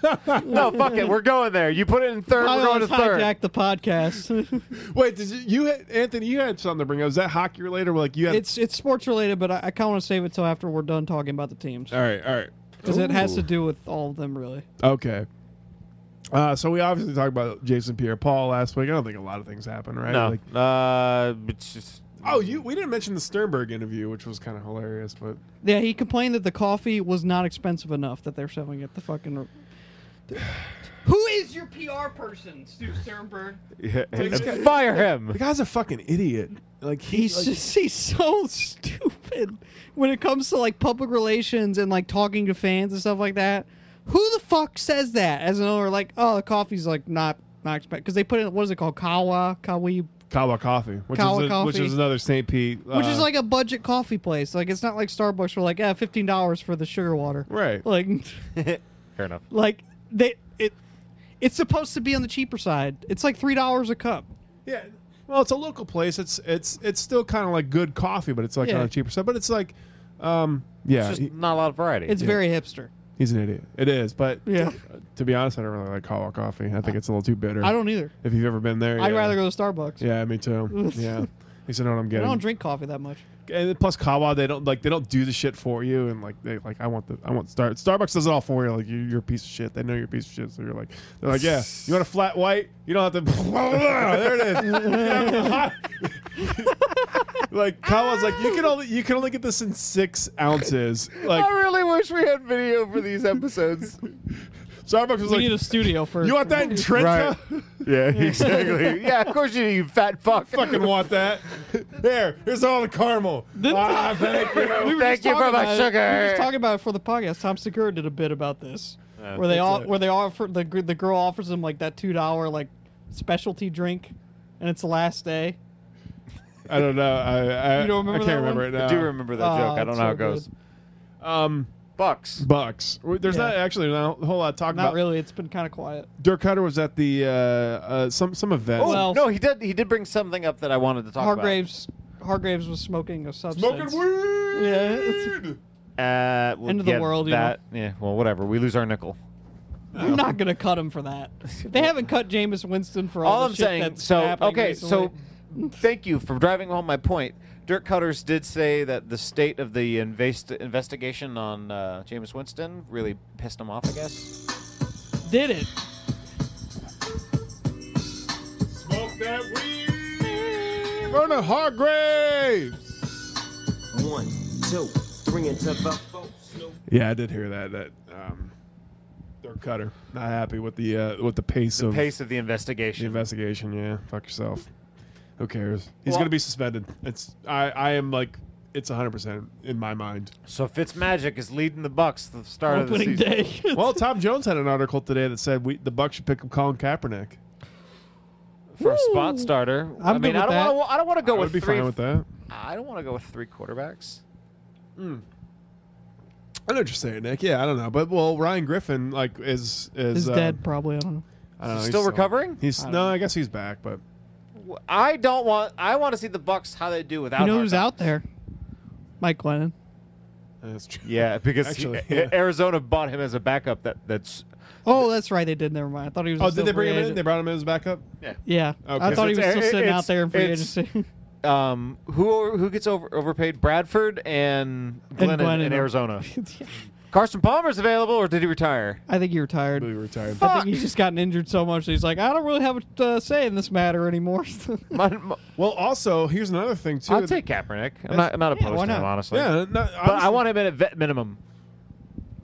E: no, fuck it. We're going there. You put it in third,
F: I
E: we're going
F: want
E: to
F: to
E: third.
F: hijack the *laughs* podcast.
D: Wait, did you, you had, Anthony? You had something to bring up. Was that hockey related? We're like you had.
F: it's it's sports related, but I, I kind of want to save it till after we're done talking about the teams
D: all right, all right,
F: because it has to do with all of them really.
D: okay. Uh, so we obviously talked about Jason Pierre-Paul last week. I don't think a lot of things happened, right?
E: No.
D: Like,
E: Uh, it's just.
D: oh, you we didn't mention the Sternberg interview, which was kind of hilarious, but
F: Yeah, he complained that the coffee was not expensive enough that they're selling at the fucking. *sighs* Who is your PR person, Stu Sternberg?
E: Fire
D: the
E: him.
D: guy's a fucking idiot. Like he,
F: He's
D: like-
F: just he's so *laughs* stupid when it comes to like public relations and like talking to fans and stuff like that. Who the fuck says that as an owner? Like, oh, the coffee's like not not expensive because they put in what is it called kawa kawi,
D: Kawa Coffee, which
F: Kawa
D: is a, which
F: Coffee.
D: is another St. Pete,
F: which
D: uh,
F: is like a budget coffee place. Like, it's not like Starbucks where like yeah, fifteen dollars for the sugar water.
D: right.
F: Like, *laughs*
E: Fair enough.
F: like they it it's supposed to be on the cheaper side. It's like three dollars a cup.
D: Yeah. Well, it's a local place. It's it's it's still kind of like good coffee, but it's like
F: Yeah.
D: on the cheaper side. But it's like, um, yeah,
E: It's
D: he-
E: just not a lot of variety.
F: It's very hipster.
D: he's an idiot. It is, but
F: Yeah,
D: to be honest, I don't really like Kawa coffee. I think it's a little too bitter.
F: I don't either.
D: If you've ever been there,
F: I'd
D: yeah.
F: rather go to Starbucks.
D: Yeah, me
F: *laughs*
D: too. yeah. He said, "No, I'm
F: I
D: getting."
F: don't drink coffee that much.
D: And plus, Kawa they don't like they don't do the shit for you, and like they like I want the I want start Starbucks does it all for you. Like you, you're a piece of shit. They know you're a piece of shit, so you're like they're like yeah, you want a flat white? You don't have to. *laughs* there it is. You have a hot- *laughs* like Kawa's like you can only you can only get this in six ounces. Like
E: I really wish we had video for *laughs* these episodes.
D: Starbucks was
F: We
D: like
F: need a studio
D: *laughs*
F: first.
D: you want that in Trenta?
E: yeah, exactly. *laughs* yeah, of course you do, you fat
D: *laughs*
E: fuck.
D: Fucking want that. There, here's all the caramel. Ah, thank you.
F: We were
E: Thank
F: just
E: you for
F: talking
E: my
F: about it- We were
E: sugar.
F: just talking about it for the podcast. Tom Segura did a bit about this, where they all where they offer the gr- the girl offers him like that two dollar like specialty drink, and it's the last day.
D: I don't know. I I,
F: You don't remember
D: I can't
F: that
D: remember
F: one?
D: it now.
E: Uh, I do remember that
F: Oh,
E: joke. I don't
F: it's
E: know how
F: so
E: it goes.
F: good.
D: Um,
E: Bucks.
D: Bucks. There's
F: Yeah.
D: not actually not a whole lot to talk
F: Not
D: about.
F: really. It's been kind of quiet.
D: Dirk Cutter was at the uh, uh, some some event.
E: Oh,
F: Well-
E: no, he did. He did bring something up that I wanted to talk
F: Hargraves Hargraves was smoking a substance.
D: smoking weed.
F: Yeah, it's-
E: about. Uh, we'll
F: End of the
E: get
F: world, you
E: That. Yeah. Well, whatever. We lose our nickel.
F: We're not gonna cut him for that. They haven't cut Jameis Winston for all,
E: All
F: the
E: I'm
F: shit
E: saying.
F: that's
E: So
F: happening
E: okay. So
F: recently.
E: *laughs* thank you for driving home my point. Dirk Cutters did say that the state of the invest- investigation on uh, Jameis Winston really pissed him off. I guess.
F: did it.
D: Smoke that *laughs* weed. Vernon Hargraves.
B: One, two, three into the four.
D: Yeah, I did hear that. That um, Dirk Cutter not happy with the uh, with the pace of
E: Pace of the
D: the
E: investigation.
D: investigation. Yeah, fuck yourself. Who cares? He's
E: Well-
D: gonna be suspended. It's I I am like it's 100 percent in my mind.
E: so Fitzmagic is leading the Bucks the start of the
F: Opening
E: season.
F: day.
D: *laughs* Well, Tom Jones had an article today that said we, the Bucks should pick up Colin Kaepernick.
E: for a spot starter. i
F: I'm
E: mean,
F: good with
E: I don't
F: that.
E: want. I don't want to go
D: I would
E: with
D: be
E: three.
D: fine with that.
E: I don't want to go with three quarterbacks.
D: I know what you're saying, Nick. Yeah, I don't know, but well, Ryan Griffin like is is
F: Is
D: uh,
F: dead probably. I don't know.
D: I don't know,
E: Is he
D: he's
E: still recovering?
D: He's no, I guess he's back, but
E: W- I don't want. I want to see the Bucks how they do without.
F: You know who's
E: Harden.
F: out there? Mike Lennon.
D: that's true.
E: Yeah, because he- *laughs*
D: Actually,
E: A-
D: yeah.
E: Arizona bought him as a backup. That that's
F: Oh, that's right. They did. Never mind. I thought he was.
D: Oh,
F: a
D: did they
F: free
D: bring him in?
F: agent.
D: They brought him in as backup.
F: yeah,
D: Okay.
F: I
D: So
F: thought he was
E: it's-
F: still sitting
E: it's-
F: out there in free
E: it's-
F: agency. *laughs*
E: um who who gets over overpaid? Bradford and Glennon, in
F: Glennon.
E: Arizona. Carson Palmer's available, or did he
F: *laughs*
E: retire?
F: I think he retired.
D: Really retired.
F: I think he's just gotten injured so much. That he's like, I don't really have a uh, say in this matter anymore. *laughs*
E: My- my-
D: Well, also here's another thing too.
E: I'll take Kaepernick. I'm not, I'm not opposed
F: why
E: to him
F: not?
E: honestly.
D: Yeah, no,
E: but I
D: honestly,
E: want him in at vet minimum.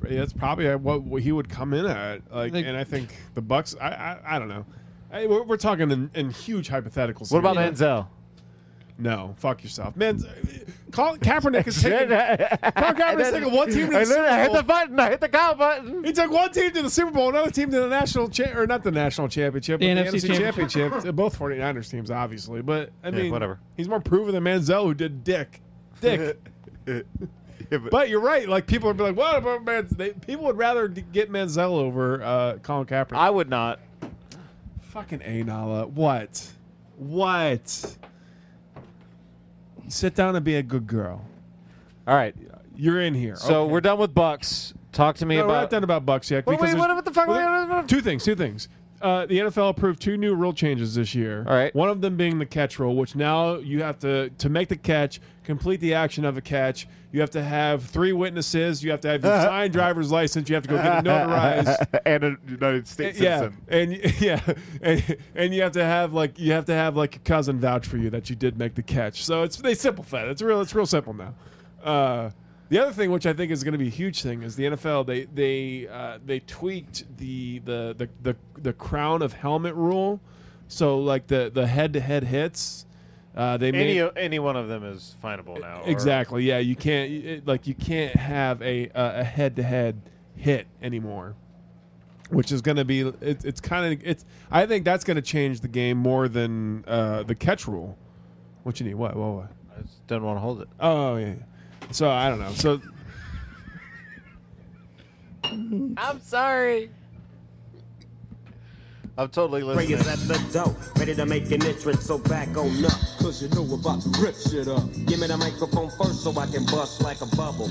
D: Yeah, that's probably uh, what what he would come in at. Like,
F: Like-
D: and I think the Bucks. I I, I don't know. Hey, we're, we're talking in, in huge hypotheticals.
E: What about
D: here.
E: Manziel?
D: No, fuck yourself, man. Colin Kaepernick
E: *laughs*
D: is taking. Colin Kaepernick's taking one team to the
E: I,
D: Super
E: literally- I hit
D: Bowl.
E: the button. I hit the cow button.
D: He took one team to the Super Bowl, another team to the national cha- or not the national championship,
F: The
D: but
F: NFC
D: the NFC championship. *laughs* They're both 49ers teams, obviously. But I mean,
E: whatever.
D: He's more proven than Manziel, who did dick,
E: *laughs*
D: dick.
E: but-
D: but, you're right. Like people would be like, "What about Manziel?" They, people would rather d- get Manziel over uh, Colin Kaepernick.
E: I would not.
D: Fucking a Nala. What? What? Sit down and be a good girl.
E: All right.
D: You're in here.
E: So
D: Okay.
E: we're done with Bucks. Talk to me
D: No, we're
E: about.
D: not done about Bucks yet.
E: Wait,
D: because
E: wait,
D: there's-
E: what the fuck-
D: well,
E: what-
D: Two things. Two things. Uh, the NFL approved two new rule changes this year.
E: All right.
D: One of them being the catch rule, which now you have to to make the catch, complete the action of a catch. You have to have three witnesses. You have to have
E: *laughs*
D: your signed driver's license. You have to go get it notarized.
H: and a United States
D: yeah,
H: citizen.
D: and *laughs* yeah, and, and you have to have like you have to have like a cousin vouch for you that you did make the catch. So it's they simplified. it. It's real. It's real simple now. Uh, the other thing, which I think is going to be a huge thing, is the NFL they they uh, they tweaked the the, the the the crown of helmet rule. So like the the head to head hits, uh, they made
E: any any one of them is finable now. or-
D: exactly yeah. You can't it, like you can't have a a head to head hit anymore which is going to be it, it's kind of it's i think that's going to change the game more than uh, the catch rule what you need what what what
E: I just don't want to hold it.
D: oh yeah so i don't know so
E: I'm sorry. I'm totally
I: Ray
E: listening.
I: is at the door, ready to make an entrance, so back on up. Cause you know we're about to rip shit up. Give me the microphone first so I can bust like a bubble.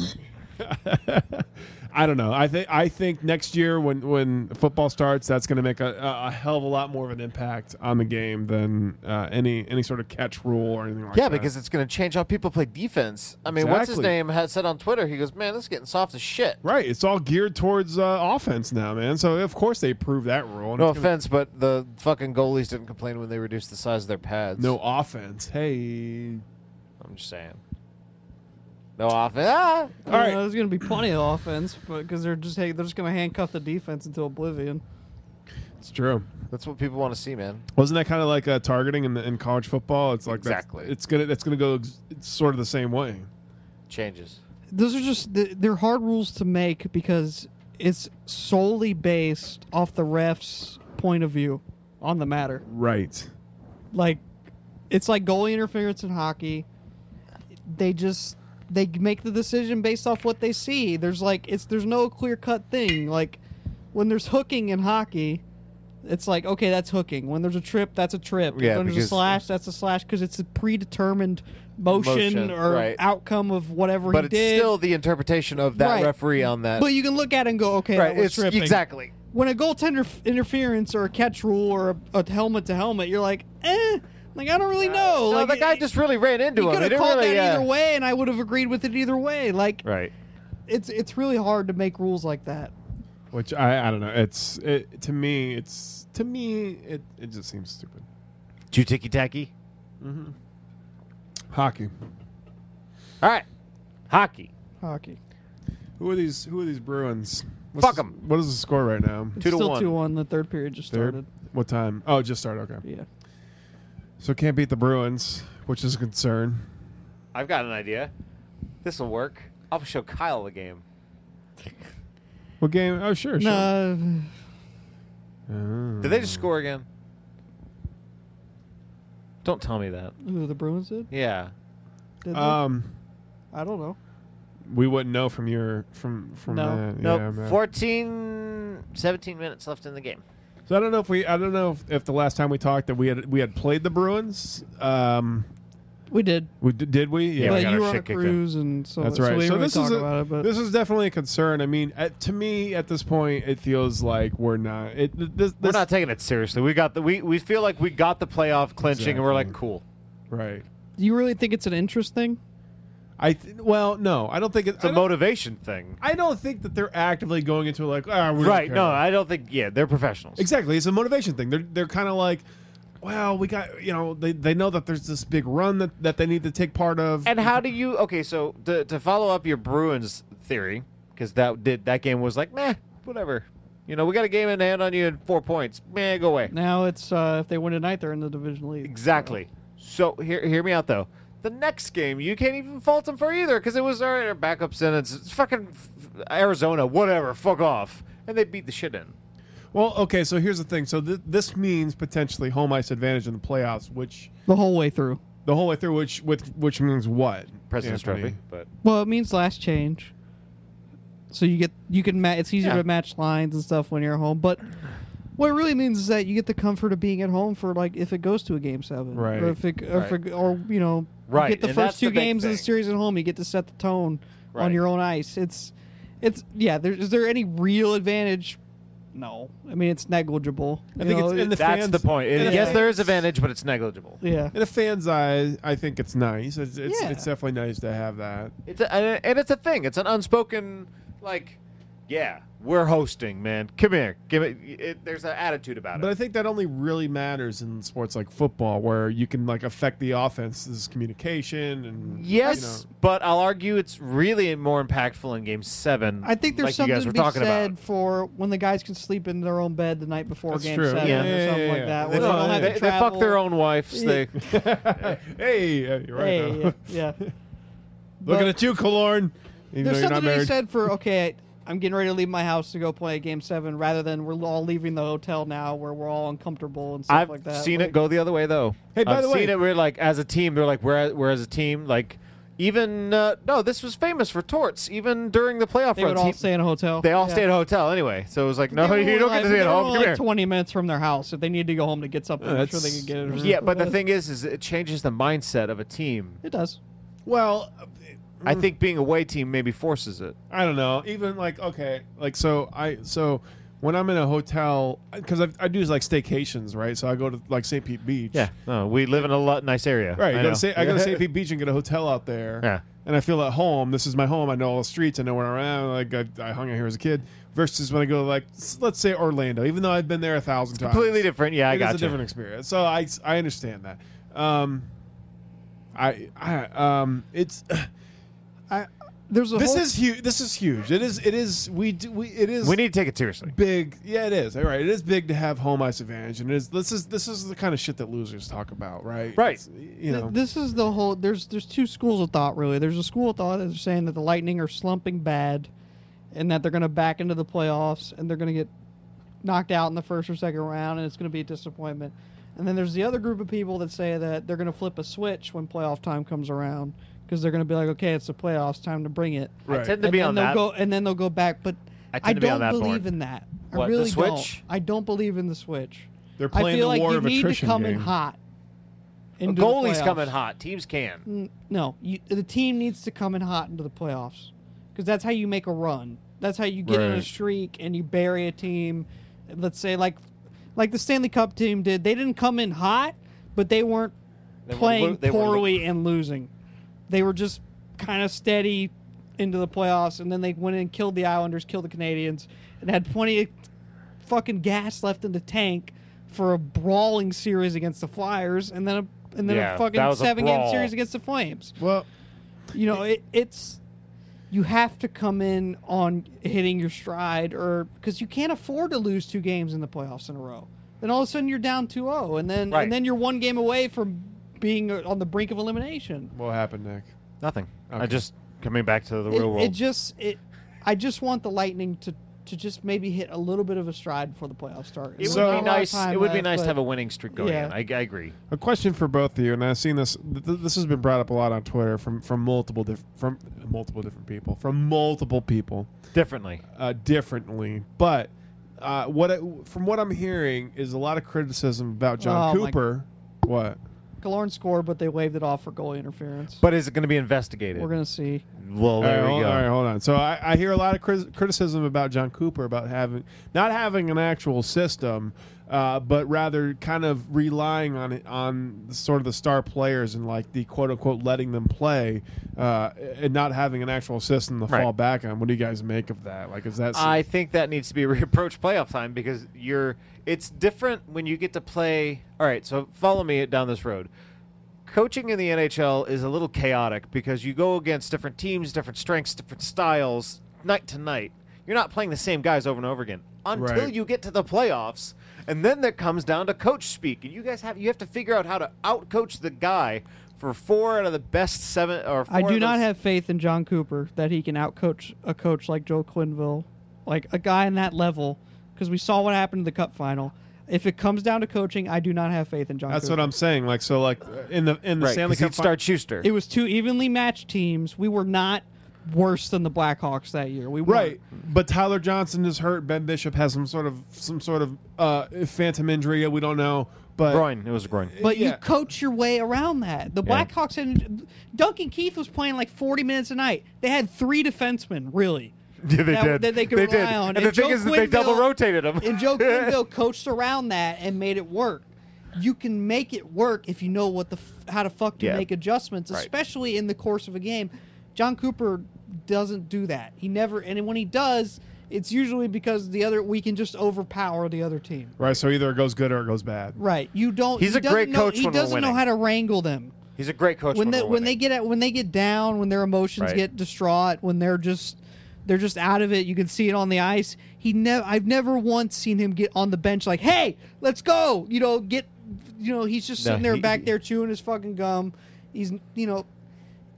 D: i don't know i think i think next year when when football starts that's going to make a, a, a hell of a lot more of an impact on the game than uh, any any sort of catch rule or anything like
E: Yeah,
D: that
E: because it's going to change how people play defense. I mean, what's his
D: Exactly.
E: name had said on Twitter? He goes, "Man, this is getting soft as shit."
D: Right, it's all geared towards uh, offense now, man. So of course they prove that rule. and
E: No
D: it's gonna-
E: offense, but the fucking goalies didn't complain when they reduced the size of their pads.
D: no offense. Hey,
E: I'm just saying. No offense. Ah!
F: All
D: right.
F: there's gonna be plenty of offense, but because they're just hey, they're just gonna handcuff the defense until oblivion.
D: it's true.
E: That's what people want to see, man.
D: Wasn't that kind of like uh, targeting in, the, in college football? It's like that's-
E: Exactly.
D: It's gonna it's gonna go ex- it's sort of the same way.
E: Changes.
F: Those are just th- they're hard rules to make because it's solely based off the ref's point of view on the matter.
D: Right.
F: like it's like goalie interference in hockey. They just they make the decision based off what they see. There's like it's there's no clear cut thing. Like when there's hooking in hockey, it's like okay, that's hooking. When there's a trip, that's a trip.
E: Yeah,
F: when there's a
E: because-
F: slash, that's a slash because it's a predetermined motion,
E: Motion,
F: or
E: right.
F: outcome of whatever
E: But
F: he
E: it's
F: did.
E: still the interpretation of that
F: Right.
E: referee on that.
F: but you can look at it and go, okay,
E: right.
F: that was
E: It's
F: tripping.
E: exactly.
F: When a goaltender f- interference or a catch rule or a, a helmet to helmet, you're like, eh, like I don't really
E: No,
F: know. like
E: the guy
F: it-
E: just really ran into
F: you
E: him.
F: could
E: They
F: have
E: didn't
F: called
E: really,
F: that either
E: uh,
F: way, and I would have agreed with it either way. Like
E: Right.
F: it's it's really hard to make rules like that.
D: Which I I don't know. It's it, to me it's to me it it just seems stupid.
E: Two ticky tacky.
D: Hockey.
E: All right. Hockey.
F: Hockey
D: Who are these Who are these Bruins?
E: Fuck
D: the-
E: 'em.
D: What is the score right now?
F: it's
E: Two to
F: still
E: one.
F: two one. The third period just
D: Third.
F: started.
D: What time? Oh, it just started. Okay.
F: Yeah,
D: So can't beat the Bruins, which is a concern.
E: I've got an idea. This will work. I'll show Kyle the game.
D: What game? Oh, sure. sure.
F: no,
E: Did they
F: Hmm.
E: just score again? Don't tell me that.
F: who the Bruins did?
E: Yeah.
F: did they?
D: Um,
F: I don't know.
D: we wouldn't know from your from from
F: No.
D: that.
E: Nope.
D: Yeah, man.
E: 14, 17 minutes left in the game.
D: So I don't know if we I don't know if, if the last time we talked that we had we had played the Bruins. Um,
F: We did,
D: we did, did we?
H: Yeah, we
F: but
H: got
F: you
H: our
F: were on
H: shit
F: a
H: kicked in.
F: cruise, and so
D: That's
F: so
D: right. So,
F: we didn't really
D: this is
F: talk
D: a,
F: about it, but
D: this is definitely a concern. I mean, at, to me at this point, it feels like we're not. It this,
E: We're
D: this
E: not taking it seriously. We got the we, we feel like we got the playoff clinching and we're like
D: Exactly.
E: cool.
D: right.
F: do you really think it's an interest thing?
D: I th- well, no, I don't think it,
E: It's a
D: I don't-
E: motivation thing.
D: I don't think that they're actively going into like ah, we don't
E: Right.
D: care."
E: No, I don't think yeah, they're professionals.
D: Exactly. It's a motivation thing. They're they're kind of like, well, we got you know they, they know that there's this big run that, that they need to take part of.
E: And how do you Okay, so to, to follow up your Bruins theory cuz that did that game was like, "Meh, whatever." You know, we got a game in hand on you and 4 points. Meh, go away.
F: Now it's uh, if they win tonight, they're in the division lead.
E: Exactly. So hear hear me out though. The next game you can't even fault them for either because it was all right, our backup sentence. It's fucking f- Arizona, whatever. Fuck off, and they beat the shit in.
D: Well, okay, so here's the thing. So th- this means potentially home ice advantage in the playoffs, which
F: The whole way through.
D: the whole way through, which which, which means what?
E: President's
D: Anthony?
E: trophy, but
F: Well, it means last change. So you get you can ma- it's easier
E: Yeah.
F: to match lines and stuff when you're at home, but what it really means is that you get the comfort of being at home for like if it goes to a game seven,
D: Right.
F: Or if it, or, if
E: Right.
F: it- or you know
E: Right,
F: You get the
E: and that's
F: first two
E: the big
F: games of the
E: thing.
F: series at home. You get to set the tone
E: Right.
F: on your own ice. It's, it's yeah. There, is there any real advantage? No. I mean, it's negligible.
D: I
F: You
D: think
F: know,
D: it's in the
E: That's
D: fans.
E: the point.
D: in the
E: yes,
D: fans-
E: there is advantage, but it's negligible.
F: yeah.
D: In a fan's eyes, I think it's nice. It's it's,
F: Yeah.
D: it's definitely nice to have that.
E: It's a, and- and it's a thing. It's an unspoken like, yeah, we're hosting, man. Come here, give it. it there's an attitude about
D: But I
E: it.
D: think that only really matters in sports like football, where you can like affect the offense's communication and
E: Yes,
D: You know, *laughs*
E: but I'll argue it's really more impactful in Game Seven.
F: I think there's
E: like you
F: something
E: guys
F: to
E: were
F: be
E: talking
F: said
E: about.
F: for when the guys can sleep in their own bed the night before
D: That's
F: game
D: true.
F: seven
E: Yeah.
F: or
D: Yeah,
F: something
D: yeah,
F: like
D: yeah.
F: that.
E: They,
F: where don't have to
E: they, they fuck
F: travel.
E: their own wives.
F: Yeah.
E: They
D: hey, yeah, you're right.
F: Hey,
D: *laughs* now.
E: *laughs*
F: yeah. But-
D: Looking at you, Kalorn. Even though
F: There's
D: you're not
F: something to be
D: married.
F: said for okay, I'm getting ready to leave my house to go play Game Seven, rather than we're all leaving the hotel now where we're all uncomfortable and stuff
E: I've
F: like that.
E: seen
F: Like,
E: it go the other way though.
D: Hey, by
E: I've
D: the way-
E: seen it where like as a team, they're like we're we're as a team like. Even uh, no, this was famous for torts. Even during the playoff
F: They
E: runs,
F: would all
E: he-
F: stay in a hotel.
E: They all
F: Yeah.
E: stayed at a hotel anyway, so it was like,
F: They
E: no,
F: were
E: *laughs* you don't get
F: like-
E: to stay
F: they
E: at
F: were
E: home.
F: only
E: Come
F: like
E: here.
F: 20 minutes from their house. If they need to go home to get something, I'm sure they
D: that's-
F: can get it. or
E: Yeah, but the
F: something.
E: thing is, is it changes the mindset of a team.
F: it does.
D: Well,
E: I
F: Mm.
E: think being a away team maybe forces it.
D: I don't know. Even like okay, like so I so when I'm in a hotel because I, I do like staycations, right? So I go to like St. Pete Beach.
E: no, Oh, we live in a lo- nice area.
D: Right.
E: I
D: I,
E: know.
D: go to St. I *laughs* go to
E: *laughs*
D: St. Pete Beach and get a hotel out there.
E: Yeah.
D: And I feel at home. This is my home. I know all the streets. I know where I am. Like I, I hung out here as a kid. Versus when I go to like s- let's say Orlando, even though I've been there a thousand times.
E: Completely different. Yeah, I
D: It is
E: got
D: a different experience. So I I understand that. Um, I I um it's
F: There's a
D: this
F: whole,
D: is huge. This is huge. It is it is we do we it is
E: We need to take it seriously.
D: big. Yeah, it is. All right, it is big to have home ice advantage, and it is this is this is the kind of shit that losers talk about, right?
E: Right.
D: It's, you
F: Th-
D: know.
F: This is the whole. There's there's two schools of thought really. There's a school of thought that's saying that the Lightning are slumping bad, and that they're going to back into the playoffs and they're going to get knocked out in the first or second round, and it's going to be a disappointment. And then there's the other group of people that say that they're going to flip a switch when playoff time comes around because they're going to be like, okay, it's the playoffs, time to bring it.
E: I
D: Right.
E: tend to
F: and
E: be
F: then
E: on
F: they'll
E: that.
F: go and then they'll go back. But
E: I
F: I,
E: tend to be on that
F: don't believe
E: board.
F: in that. I
E: What, the
F: really
E: switch?
F: don't. I don't believe in the switch.
D: They're
F: I
D: playing
F: feel
D: the
F: like
D: war
F: you
D: of
F: need to
D: attrition
F: come in
D: game.
F: hot.
E: A
F: into the
E: goalie's
F: playoffs. Mm.
E: coming hot. Teams can.
F: N- No, you, the team needs to come in hot into the playoffs because that's how you make a run. That's how you get in
D: Right.
F: a streak and you bury a team. Let's say like, like the Stanley Cup team did. They didn't come in hot, but they weren't
E: They weren't
F: playing
E: lo- they weren't lo-
F: poorly and losing. They were just kind of steady into the playoffs, and then they went in and killed the Islanders, killed the Canadians, and had plenty of fucking gas left in the tank for a brawling series against the Flyers, and then a and then
E: Yeah,
F: a fucking
E: that was a
F: seven game
E: brawl.
F: series against the Flames.
D: well,
F: You know, it, it's you have to come in on hitting your stride, or because you can't afford to lose two games in the playoffs in a row. Then all of a sudden you're down 2-0, and then
E: Right.
F: and then you're one game away from being uh, on the brink of elimination.
D: what happened, Nick?
E: Nothing. I
D: Okay.
E: just coming back to the
F: It,
E: real
F: it
E: world.
F: just it, I just want the Lightning to to just maybe hit a little bit of a stride before the playoffs start.
E: It
F: There's
E: would
F: not
E: be
F: a lot of
E: nice.
F: time
E: It would be
F: left,
E: nice to
F: but-
E: have a winning streak going.
F: Yeah.
E: in. I, I agree.
D: A question for both of you, and I've seen this. Th- th- this has been brought up a lot on Twitter from from multiple diff- from multiple different people, from multiple people.
E: Differently.
D: uh, differently. But uh, what it, from what I'm hearing is a lot of criticism about John
F: Oh, my-
D: Cooper. What?
F: Killorn scored, but they waved it off for goalie interference.
E: But is it going to be investigated?
F: We're gonna see.
E: Well, there
D: all, right,
E: we
D: hold,
E: go.
D: all right, hold on. So I, I hear a lot of cri- criticism about John Cooper about having not having an actual system, uh, but rather kind of relying on it on sort of the star players and like the quote unquote letting them play, uh, and not having an actual system to
E: Right.
D: fall back on. What do you guys make of that? Like, is that
E: I think that needs to be *laughs* reapproached playoff time because you're it's different when you get to play. All right, so follow me down this road. Coaching in the NHL is a little chaotic because you go against different teams, different strengths, different styles, night to night. You're not playing the same guys over and over again until
D: Right.
E: you get to the playoffs, and then there comes down to coach speak, and you guys have you have to figure out how to outcoach the guy for four out of the best seven or. Four
F: I do
E: of
F: not
E: those-
F: have faith in John Cooper that he can outcoach a coach like Joe Quinville, like a guy in that level, because we saw what happened in the Cup final. If it comes down to coaching, I do not have faith in John.
D: That's
F: Cooper.
D: what I'm saying. Like, so like in the in the
E: right.
D: Stanley
E: 'cause
D: Cup
E: he'd
D: fi-
E: start Schuster.
F: It was two evenly matched teams. We were not worse than the Blackhawks that year. We weren't.
D: Right, but Tyler Johnson is hurt. Ben Bishop has some sort of some sort of uh, phantom injury. We don't know, but
E: groin. It was a groin.
F: But
D: Yeah.
F: you coach your way around that. The
E: Yeah.
F: Blackhawks and Duncan Keith was playing like 40 minutes a night. They had three defensemen, really.
E: *laughs* Yeah, they
F: that-
E: did.
F: that they could rely on.
E: And,
F: And
E: the thing
F: Joe
E: is that they double
F: Quinville-
E: rotated them. *laughs*
F: And Joe Quinville coached around that and made it work. You can make it work if you know what the f- how to fuck to
E: Yeah.
F: make adjustments,
E: Right.
F: especially in the course of a game. John Cooper doesn't do that. He never, and when he does, it's usually because the other we can just overpower the other team.
D: right. So either it goes good or it goes bad.
F: Right? You don't.
E: He's
F: he
E: a
F: doesn't
E: great
F: know-
E: coach
F: He
E: when we're
F: doesn't know
E: winning.
F: how to wrangle them
E: He's a great coach
F: when
E: when
F: they
E: we're
F: when they
E: winning.
F: get when they get down, when their emotions
E: Right.
F: get distraught, when they're just they're just out of it. You can see it on the ice. He never I've never once seen him get on the bench like, "Hey, let's go." You know, get you know, he's just
E: No,
F: sitting there
E: he-
F: back
E: he-
F: there chewing his fucking gum. He's you know,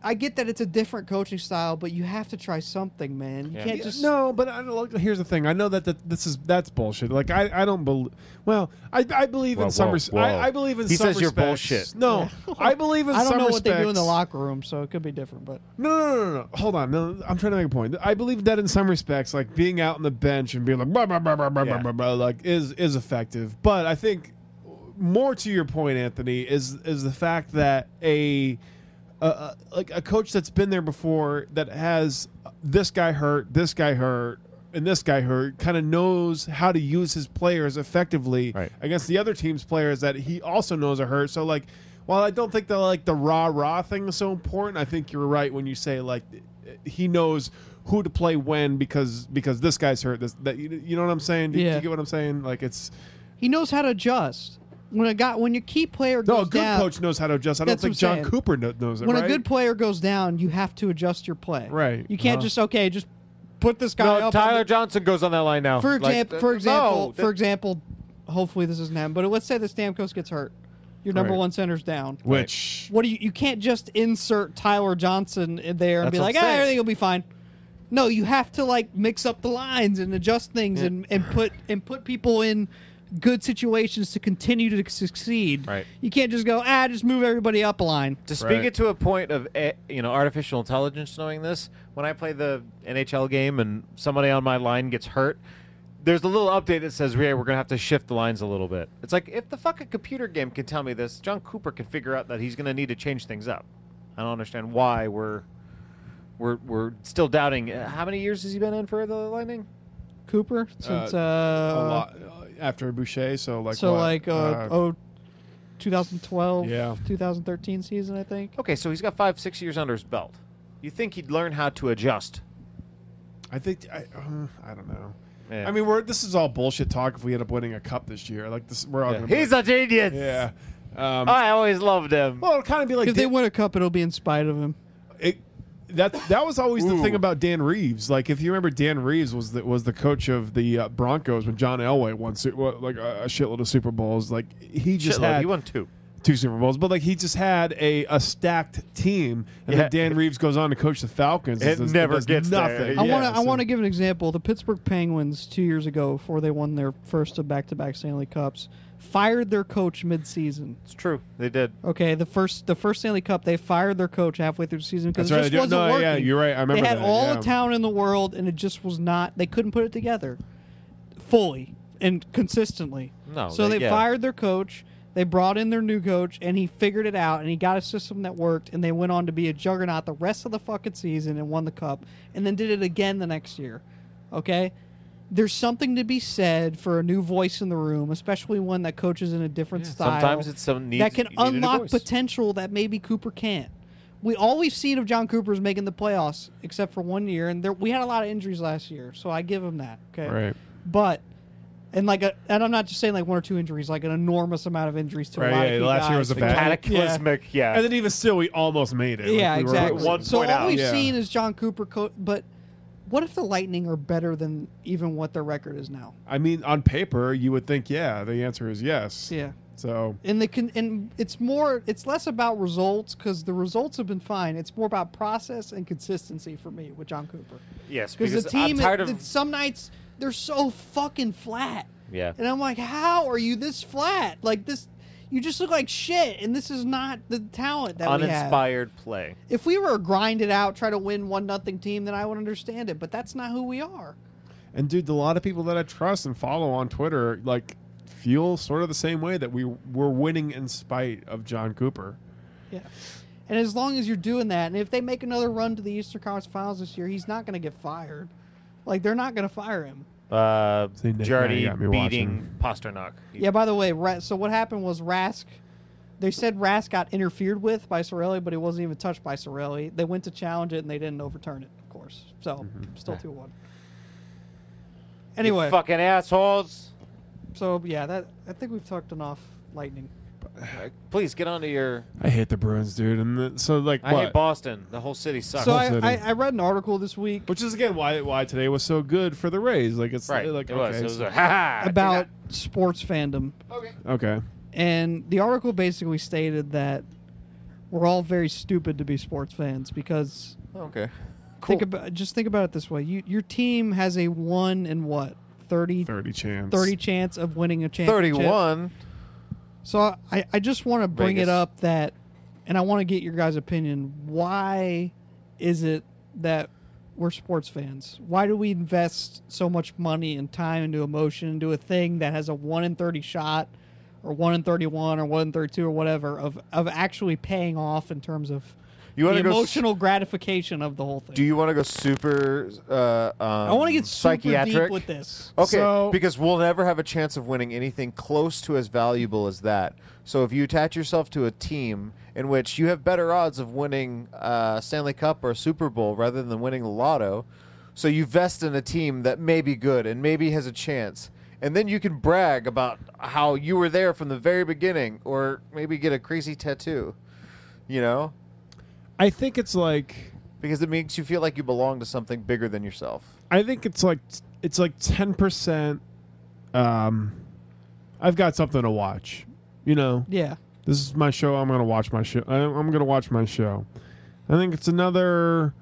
F: I get that it's a different coaching style, but you have to try something, man. You
E: Yeah.
F: can't
D: Yeah,
F: just
D: no, but I, don't- look, here's the thing. I know that, that this is that's bullshit. Like I, I don't believe. Well, I, I believe
E: Whoa,
D: in some.
E: whoa,
D: Res-
E: whoa.
D: I, I believe in
E: He
D: some.
E: says you're
D: respects-
E: bullshit.
D: No, *laughs* I believe in.
F: I don't
D: some
F: know what they do in the
D: respects-
F: locker room, so it could be different, but
D: No, no, no, no, no. Hold on. No, I'm trying to make a point. I believe that in some respects, like being out on the bench and being like, blah, blah, blah, blah, blah,
E: Yeah.
D: blah, blah, like is is effective. But I think more to your point, Anthony, is is the fact that a uh, like a coach that's been there before that has this guy hurt, this guy hurt, and this guy hurt, kind of knows how to use his players effectively
E: Right.
D: against the other team's players that he also knows are hurt. So like, while I don't think the like the rah rah thing is so important, I think you're right when you say like he knows who to play when because because this guy's hurt. This that you, you know what I'm saying? Do, you- do
F: Yeah.
D: you get what I'm saying? Like it's
F: he knows how to adjust. When a guy when your key player goes
D: no a good
F: down,
D: coach knows how to adjust. I don't
F: That's what
D: think
F: I'm
D: John
F: saying.
D: Cooper kno- knows it.
F: when
D: right?
F: a good player goes down, you have to adjust your play.
D: Right.
F: You can't
D: Uh-huh.
F: just okay, just put this guy
E: no,
F: up. on
E: Oh, Tyler
F: the-
E: Johnson goes on that line now.
F: for
E: Like,
F: example,
E: uh,
F: for example,
E: no,
F: for example, hopefully this isn't him, but let's say the Stamkos gets hurt. Your number
D: Right.
F: one center's down.
D: which
F: What do you? You can't just insert Tyler Johnson in there and
E: That's
F: be
E: what
F: like,
E: I'm
F: ah,
E: saying.
F: everything will be fine. No, you have to like mix up the lines and adjust things and, and put and put people in good situations to continue to succeed.
E: Right.
F: You can't just go ah, just move everybody up a line.
E: To speak
D: Right.
E: it to a point of eh, you know artificial intelligence knowing this, when I play the NHL game and somebody on my line gets hurt, there's a little update that says, "Yeah, we're gonna have to shift the lines a little bit." It's like if the fucking computer game can tell me this, John Cooper can figure out that he's gonna need to change things up. I don't understand why we're we're we're still doubting. Uh, How many years has he been in for the Lightning?
F: Cooper since uh,
D: a lot uh, after Boucher. So like
F: so
D: what?
F: like uh, oh 2012
D: Yeah.
F: 2013 season I think
E: Okay, so he's got five six years under his belt. You think he'd learn how to adjust?
D: I think I, uh, I don't know.
E: Yeah.
D: I mean, we're this is all bullshit talk. If we end up winning a cup this year, like this, we're all
E: Yeah.
D: gonna
E: he's a genius.
D: yeah. Um,
E: I always loved him.
D: well, it'll kind of be like
F: if they win a cup it'll be in spite of him
D: it, that that was always the
E: Ooh.
D: thing about Dan Reeves. Like if you remember, Dan Reeves was the, was the coach of the uh, Broncos when John Elway won su- well, like a, a shitload of Super Bowls. Like he just
E: Shitload,
D: had
E: he won two.
D: two Super Bowls, but like he just had a, a stacked team, and
E: Yeah.
D: then Dan Reeves goes on to coach the Falcons.
E: It
D: does-
E: never
D: does
E: gets there.
D: nothing.
F: I
E: Yeah,
F: want to I
D: so-
F: want to give an example the Pittsburgh Penguins 2 years ago before they won their first of back-to-back Stanley Cups fired their coach mid-season
E: It's true. They did.
F: Okay, the first the first Stanley Cup, they fired their coach halfway through the season because
D: That's
F: it
D: right,
F: just
D: they do-
F: wasn't
D: no,
F: working.
D: yeah, you're right, I remember
F: They had
D: that,
F: all
D: yeah.
F: the talent in the world, and it just was not. They couldn't put it together fully and consistently.
E: No,
F: so
E: they-
F: they,
E: yeah.
F: fired their coach. They brought in their new coach, and he figured it out, and he got a system that worked, and they went on to be a juggernaut the rest of the fucking season and won the cup, and then did it again the next year. Okay. There's something to be said for a new voice in the room, especially one that coaches in a different style.
E: Sometimes it's some needs
F: that can
E: you needed a
F: unlock
E: voice.
F: potential that maybe Cooper can't. We all we've seen of John Cooper is making the playoffs, except for one year, and there, we had a lot of injuries last year, so I give him that. Okay,
D: Right.
F: But and like a, and I'm not just saying like one or two injuries, like an enormous amount of injuries to a
D: Right,
F: lot
D: yeah,
F: of key
D: last year
F: guys.
D: was a
F: Like,
D: bad-
E: Cataclysmic. Yeah.
D: And then even still, we almost made it. Like,
F: yeah,
D: we were-
F: exactly.
E: one
F: so
E: point
F: all
E: out.
F: we've
D: Yeah.
F: seen is John Cooper, co- but what if the Lightning are better than even what their record is now?
D: I mean, on paper, you would think, yeah, the answer is yes.
F: Yeah.
D: So
F: and the con- and it's more it's less about results because the results have been fine. It's more about process and consistency for me with John Cooper.
E: yes,
F: Because
E: because
F: the
E: I'm
F: team,
E: tired
F: it-
E: of.
F: it- some nights they're so fucking flat.
E: Yeah.
F: and I'm like, how are you this flat? Like this, you just look like shit, and this is not the talent that we have.
E: Uninspired play.
F: If we were a grinded out, try to win one nothing team, then I would understand it. But that's not who we are.
D: And dude, a lot of people that I trust and follow on Twitter like feel sort of the same way that we were winning in spite of John Cooper.
F: Yeah. And as long as you're doing that, and if they make another run to the Eastern Conference Finals this year, he's not going to get fired. Like they're not going to fire him.
E: Uh,
D: See, Nick, now you
E: Jardy
D: got me
E: beating Pasternak.
F: Yeah. By the way, Ra- so what happened was Rask. They said Rask got interfered with by Sorelli, but he wasn't even touched by Sorelli. They went to challenge it, and they didn't overturn it, of course. So still two one. Anyway,
E: You fucking assholes.
F: so yeah, that I think we've talked enough lightning.
E: Please get onto your.
D: I hate the Bruins, dude. And the, so like
E: I
D: what?
E: hate Boston. The whole city sucks.
F: So
D: City.
F: I, I, I read an article this week
D: Which is again why why today was so good for the Rays. Like it's
E: right.
D: like
E: it
D: okay,
E: was. It was
D: so-
E: a, *laughs* ha ha.
F: about sports fandom
D: okay.
F: And the article basically stated that we're all very stupid to be sports fans because
E: Okay.
F: think about just think about it this way: you, your team has a one in what 30, 30
D: Thirty chance.
F: chance of winning a championship.
E: Thirty-one.
F: So I I just want to bring
E: Vegas.
F: it up that, and I want to get your guys' opinion. Why is it that we're sports fans? Why do we invest so much money and time into emotion into a thing that has a one in thirty shot, or one in thirty-one, or one in thirty-two, or whatever of of actually paying off in terms of
E: You
F: the
E: want to go? s-
F: emotional gratification of the whole thing?
E: Do you want to go super? Uh, um,
F: I want to get super
E: psychiatric
F: deep with this.
E: Okay,
D: So-
E: because we'll never have a chance of winning anything close to as valuable as that. So if you attach yourself to a team in which you have better odds of winning uh, Stanley Cup or Super Bowl rather than winning the lotto, so you vest in a team that may be good and maybe has a chance, and then you can brag about how you were there from the very beginning, or maybe get a crazy tattoo, you know,
D: I think it's like
E: because it makes you feel like you belong to something bigger than yourself.
D: I think it's like it's like ten percent. Um, I've got something to watch. You know,
F: Yeah.
D: this is my show. I'm gonna watch my show. I- I'm gonna watch my show. I think it's another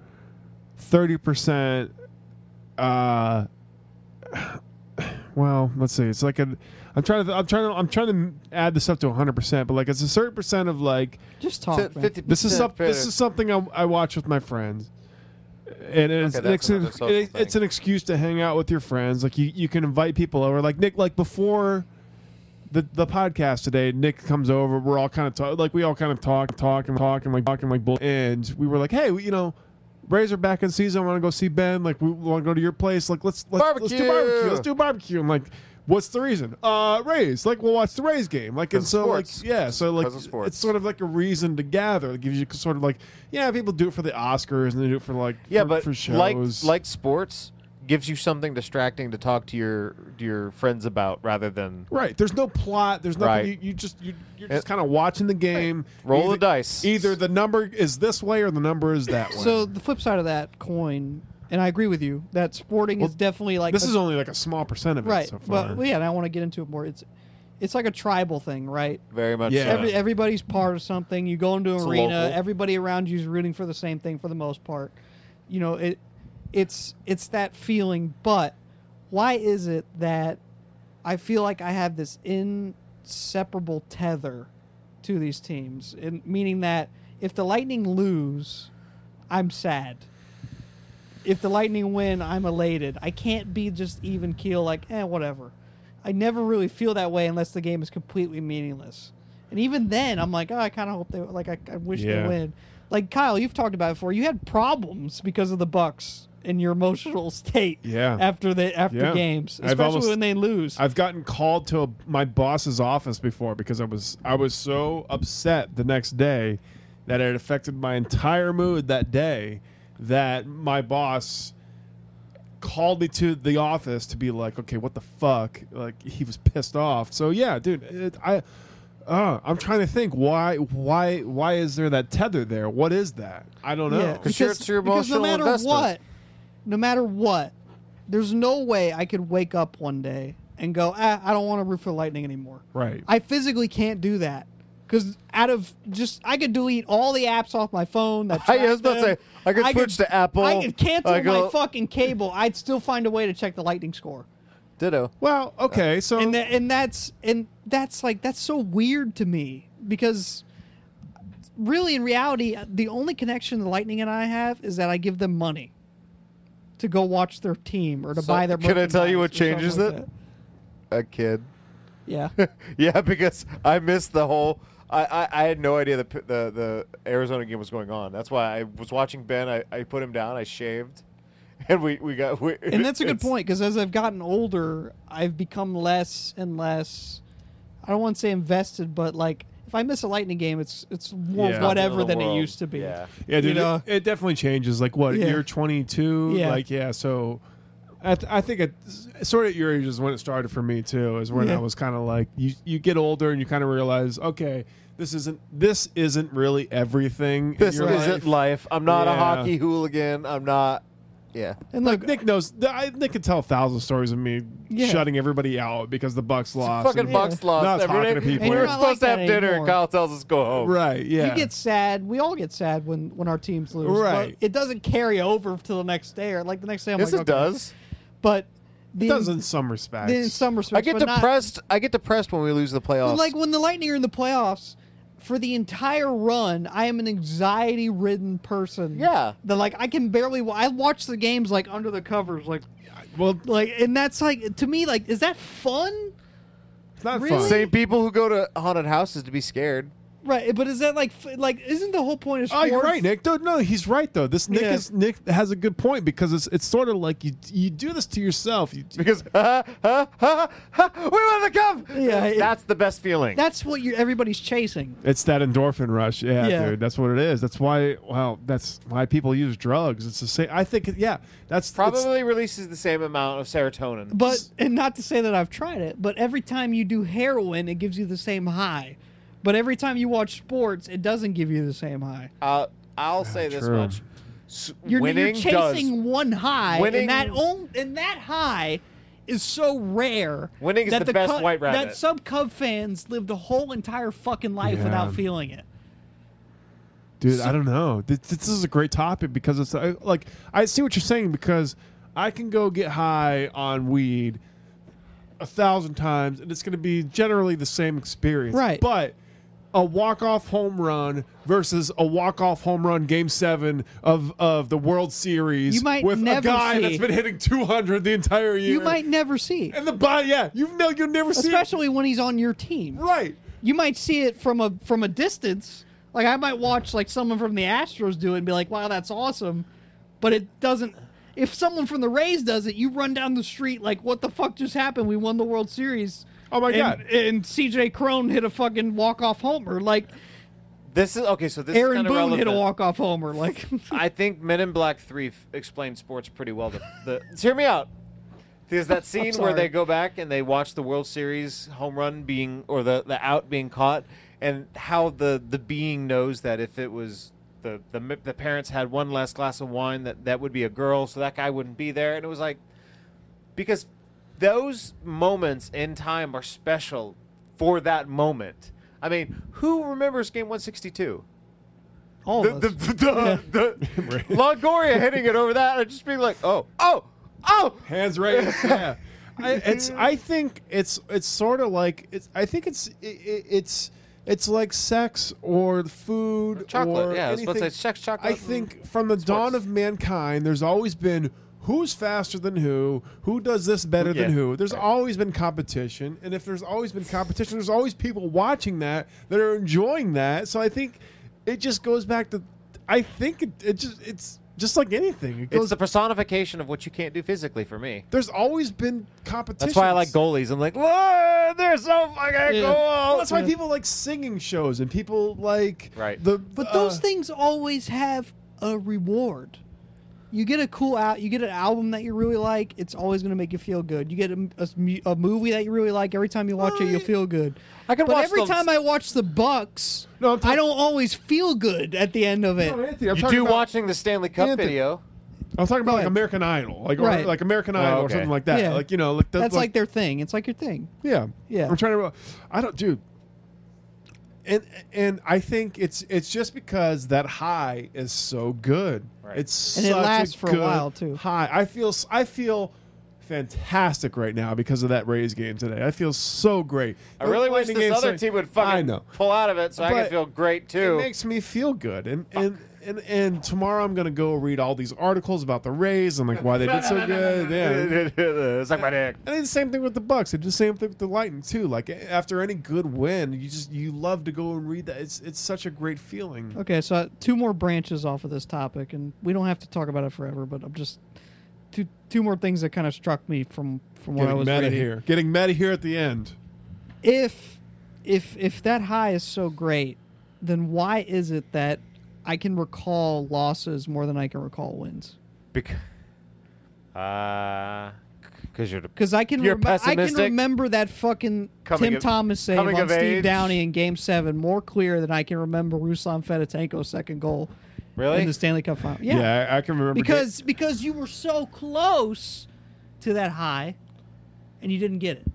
D: thirty percent. Uh, *sighs* well, let's see. It's like a. I'm trying to. I'm trying to. I'm trying to add this up to 100, percent but like it's a certain percent of like
F: Just talk. man.
D: Oh, this is up. This is something I, I watch with my friends, and it's,
E: Okay, that's
D: an
E: another
D: ex-
E: social
D: it- it's
E: thing.
D: an excuse to hang out with your friends. Like you, you can invite people over. Like Nick, like before the the podcast today, Nick comes over. We're all kind of talk, like we all kind of talk, talk and talk and like talking like bull. And we were like, hey, we- you know. Rays are back in season. I want to go see Ben. Like we want to go to your place. Like let's let's, let's do
E: Barbecue.
D: barbecue. Let's do barbecue. I'm like, what's the reason? Uh, Rays. Like we'll watch the Rays game. Like and
E: 'Cause
D: so
E: sports.
D: like yeah. So like
E: Because of sports.
D: it's sort of like a reason to gather. It gives you sort of like yeah, people do it for the Oscars and they do it for like
E: Yeah,
D: for,
E: but
D: for shows.
E: like like sports gives you something distracting to talk to your to your friends about rather than
D: right. There's no plot. There's nothing.
E: Right.
D: You, you just you you're just kind of watching the game.
E: Roll the
D: Either-
E: dice.
D: Either the number is this way or the number is that way.
F: So the flip side of that coin, and I agree with you that sporting is definitely like
D: this
F: a-
D: is only like a small percent of it
F: right,
D: so far.
F: but well, yeah, and I want to get into it more. It's it's like a tribal thing, right?
E: very much. uh,
D: Yeah.
E: so.
F: Every, everybody's part of something. You go into an
E: It's
F: arena,
E: local.
F: everybody around you is rooting for the same thing for the most part. You know, it it's it's that feeling. But why is it that I feel like I have this inseparable tether to these teams, and meaning that if the Lightning lose, I'm sad. If the Lightning win, I'm elated. I can't be just even keel, like, eh, whatever. I never really feel that way unless the game is completely meaningless. And even then, I'm like, oh, I kind of hope they, like, I, I wish
D: Yeah.
F: they win. Like, Kyle, you've talked about it before. You had problems because of the Bucks and your *laughs* emotional state
D: Yeah.
F: after the after
D: Yeah.
F: games,
D: I've
F: especially
D: almost-
F: when they lose.
D: I've gotten called to a, my boss's office before because I was I was so upset the next day that it affected my entire mood that day that my boss called me to the office to be like, okay, what the fuck? Like he was pissed off. So yeah, dude, it, I. Uh, I'm trying to think why why why is there that tether there? What is that? I don't know.
F: Yeah,
E: 'Cause you're- it's your
F: because no
E: emotional
F: matter
E: investment.
F: what, no matter what, there's no way I could wake up one day and go, ah, I don't want to root for the Lightning anymore.
D: Right.
F: I physically can't do that because out of just I could delete all the apps off my phone. That
E: *laughs* I
F: track
E: was about to
F: them.
E: say, I could switch to Apple.
F: I could cancel
E: I go-
F: my fucking cable. I'd still find a way to check the Lightning score.
E: Ditto. Um,
D: Well, okay, so
F: And tha- and that's and that's like that's so weird to me because really in reality the only connection the Lightning and I have is that I give them money to go watch their team or to
E: So,
F: buy their.
E: can I tell you what
F: merchandise or
E: changes
F: something
E: it?
F: like
E: A kid. *laughs*
F: that. Yeah.
E: yeah, because I missed the whole. I, I, I had no idea the, p- the the Arizona game was going on. That's why I was watching Ben. I, I put him down. I shaved, *laughs* and we we got. We,
F: and that's a good
E: *laughs* it's-
F: point because as I've gotten older, I've become less and less. I don't want to say invested, but like if I miss a Lightning game, it's it's more
D: Yeah.
F: whatever
E: Another
F: than
E: world.
F: it used to be.
E: Yeah.
D: Yeah, dude,
F: You know?
D: it, it definitely changes. Like what
F: Yeah.
D: you're 22,
F: Yeah.
D: like yeah. So, I, th- I think it sort of at your age is when it started for me too. Is when
F: Yeah.
D: I was kind of like you. You get older and you kind of realize, okay, this isn't this isn't really everything. in
E: This
D: your
E: isn't life.
D: life.
E: I'm not a
D: Yeah.
E: hockey hooligan. I'm not. Yeah.
F: And look,
D: Nick knows. th- I, Nick could tell a thousand stories of me
F: Yeah.
D: shutting everybody out because the Bucks lost.
E: Fucking
D: and-
E: Bucks lost.
D: Not
E: every
D: talking
E: day.
D: to people.
E: We
D: And
E: were
D: you're
F: not
E: supposed to have
F: like that
E: dinner, and
F: anymore.
E: Kyle tells us go home.
D: Right. Yeah.
F: you get sad. We all get sad when when our teams lose. but
D: Right.
F: it doesn't carry over till the next day or like the next day. I'm
E: Yes,
F: like,
E: it
F: okay.
E: does.
F: But the,
D: It does in some respects.
F: the- in some respects,
E: I get
F: but not-
E: depressed. I get depressed when we lose the playoffs.
F: But like when the Lightning are in the playoffs, for the entire run, I am an anxiety-ridden person.
E: Yeah.
F: that like I can barely. wa- I watch the games like under the covers, like
D: well,
F: like, and that's like to me, like, is that fun?
D: it's not
F: Really?
D: fun.
E: same people who go to haunted houses to be scared.
F: Right, but is that like f- like isn't the whole point of
D: Oh,
F: sports?
D: you're right, Nick. Dude, no, he's right though. This Nick
F: Yeah.
D: is Nick has a good point because it's it's sort of like you you do this to yourself. You,
E: because *laughs* ha, ha, ha, ha, we won the cup.
F: Yeah, it-
E: that's the best feeling.
F: That's what you're, everybody's chasing.
D: it's that endorphin rush, yeah,
F: Yeah.
D: dude. That's what it is. That's why. Well, that's why people use drugs. It's the same. I think. Yeah, that's it's-
E: probably releases the same amount of serotonin.
F: But and not to say that I've tried it, but every time you do heroin, it gives you the same high. But every time you watch sports, it doesn't give you the same high.
E: Uh, I'll say this
D: true.
E: much: S-
F: You're,
E: winning
F: you're chasing
E: does.
F: one high,
E: Winning-
F: and that on, and that high is so rare.
E: Winning is
F: that
E: the best
F: Cub-
E: white rabbit.
F: That some Cub fans lived a whole entire fucking life
D: Yeah.
F: without feeling it.
D: dude i don't know this, this is a great topic because it's uh, like i see what you're saying because i can go get high on weed a thousand times and it's going to be generally the same experience
F: Right.
D: but a walk-off home run versus a walk-off home run game seven of, of the world series
F: You might
D: with a
F: never
D: guy
F: see-
D: that's been hitting 200 the entire year
F: You might never see, it,
D: and the body yeah you know you'll never see it.
F: especially when he's on your team.
D: right
F: you might see it from a from a distance. Like I might watch like someone from the Astros do it and be like, "Wow, that's awesome," but it doesn't. If someone from the Rays does it, you run down the street like, "What the fuck just happened? We won the World Series."
D: Oh my
F: And-
D: God.
F: And CJ Crone hit a fucking walk off homer. Like
E: This is okay. So this
F: Aaron
E: is kinda
F: Boone hit a
E: relevant.
F: walk off homer. Like *laughs*
E: *laughs* I think Men in Black Three f- explained sports pretty well. The, the *laughs* just hear me out. There's that scene where
F: sorry.
E: they go back and they watch the World Series home run being or the, the out being caught, and how the, the being knows that if it was the, the mi- the parents had one last glass of wine that that would be a girl, so that guy wouldn't be there, and it was like because those moments in time are special for that moment. I mean, who remembers Game 162?
F: all
E: the,
F: of
E: the,
F: us.
E: *laughs* the, the,
D: *laughs*
E: Longoria hitting it over that, and just being like, oh, oh, oh.
D: hands
E: *laughs*
D: raised. yeah, I, it's. I think it's. It's sort of like. It's. I think it's. i i it's. It's like sex or food
E: chocolate,
D: Or
E: yeah, I was
D: anything.
E: about to say sex, chocolate,
D: I
E: and
D: think from the dawn of mankind, there's always been who's faster than who, who does this better than
E: Yeah.
D: who. There's always been competition, and if there's always been competition, there's always people watching that that are enjoying that. So I think it just goes back to. I think it, it just. It's just like anything. It
E: It's
D: goes.
E: the personification of what you can't do physically for me.
D: there's always been competition.
E: That's why I like goalies. I'm like, look, they're so fucking
F: Yeah.
E: cool.
D: Well, Oh, that's why
F: Yeah.
D: people like singing shows and people like
E: Right.
D: the
F: But
D: uh,
F: those things always have a reward. You get a cool out, you get an album that you really like. It's always going to make you feel good. You get a, a mu- a movie that you really like. Every time you watch it, you'll feel good.
E: I could
F: but
E: watch
F: every
E: the-
F: time I watch the Bucks,
D: No, I'm talking-
F: I don't always feel good at the end of it.
D: No, Oh, Anthony, I'm
E: You
D: talking
E: do
D: about,
E: watching the Stanley Cup
D: Anthony.
E: video.
D: I'm talking about like
F: Yeah.
D: American Idol, like or,
F: Right.
D: like American
E: Oh,
D: Idol or
E: okay.
D: something like that.
F: Yeah.
D: Like you know, like the,
F: That's like their thing. It's like your thing.
D: yeah,
F: Yeah.
D: I'm trying to. I don't, dude. And and I think it's it's just because that high is so good.
E: Right.
D: It's
F: And it
D: such
F: lasts
D: a
F: for a
D: good
F: while, too.
D: High. I feel s- I feel fantastic right now because of that Rays game today. I feel so great.
E: I really wish
D: Lightning
E: this
D: game's
E: other
D: starting-
E: team would
D: I
E: fucking
D: know.
E: pull out of it so I
D: But
E: could feel great
D: It
E: too. *laughs*
D: makes me feel good, and and, and and tomorrow I'm gonna go read all these articles about the Rays and like why they did so
E: *laughs*
D: good. Yeah,
E: Suck my dick.
D: and it's the same thing with the Bucks. It's the same thing with the Lightning too. Like after any good win, you just you love to go and read that. It's it's such a great feeling.
F: Okay, so uh, two more branches off of this topic, and we don't have to talk about it forever. But I'm just two two more things that kind of struck me from from what I
D: Getting
F: was
D: meta
F: reading.
D: here. Getting meta here at the end.
F: If if if that high is so great, then why is it that I can recall losses more than I can recall wins?
E: Because, uh, because you're.
F: Because I can
E: You're
F: remem- I can
E: pessimistic?
F: remember that fucking
E: Coming
F: Tim
E: of-
F: Thomas save
E: coming
F: on
E: of
F: Steve
E: age?
F: Downey in Game Seven more clear than I can remember Ruslan Fedotenko's second goal
E: Really?
F: in the Stanley Cup Final.
D: Yeah, I, I can remember
F: because because you were so close to that high, and you didn't get it.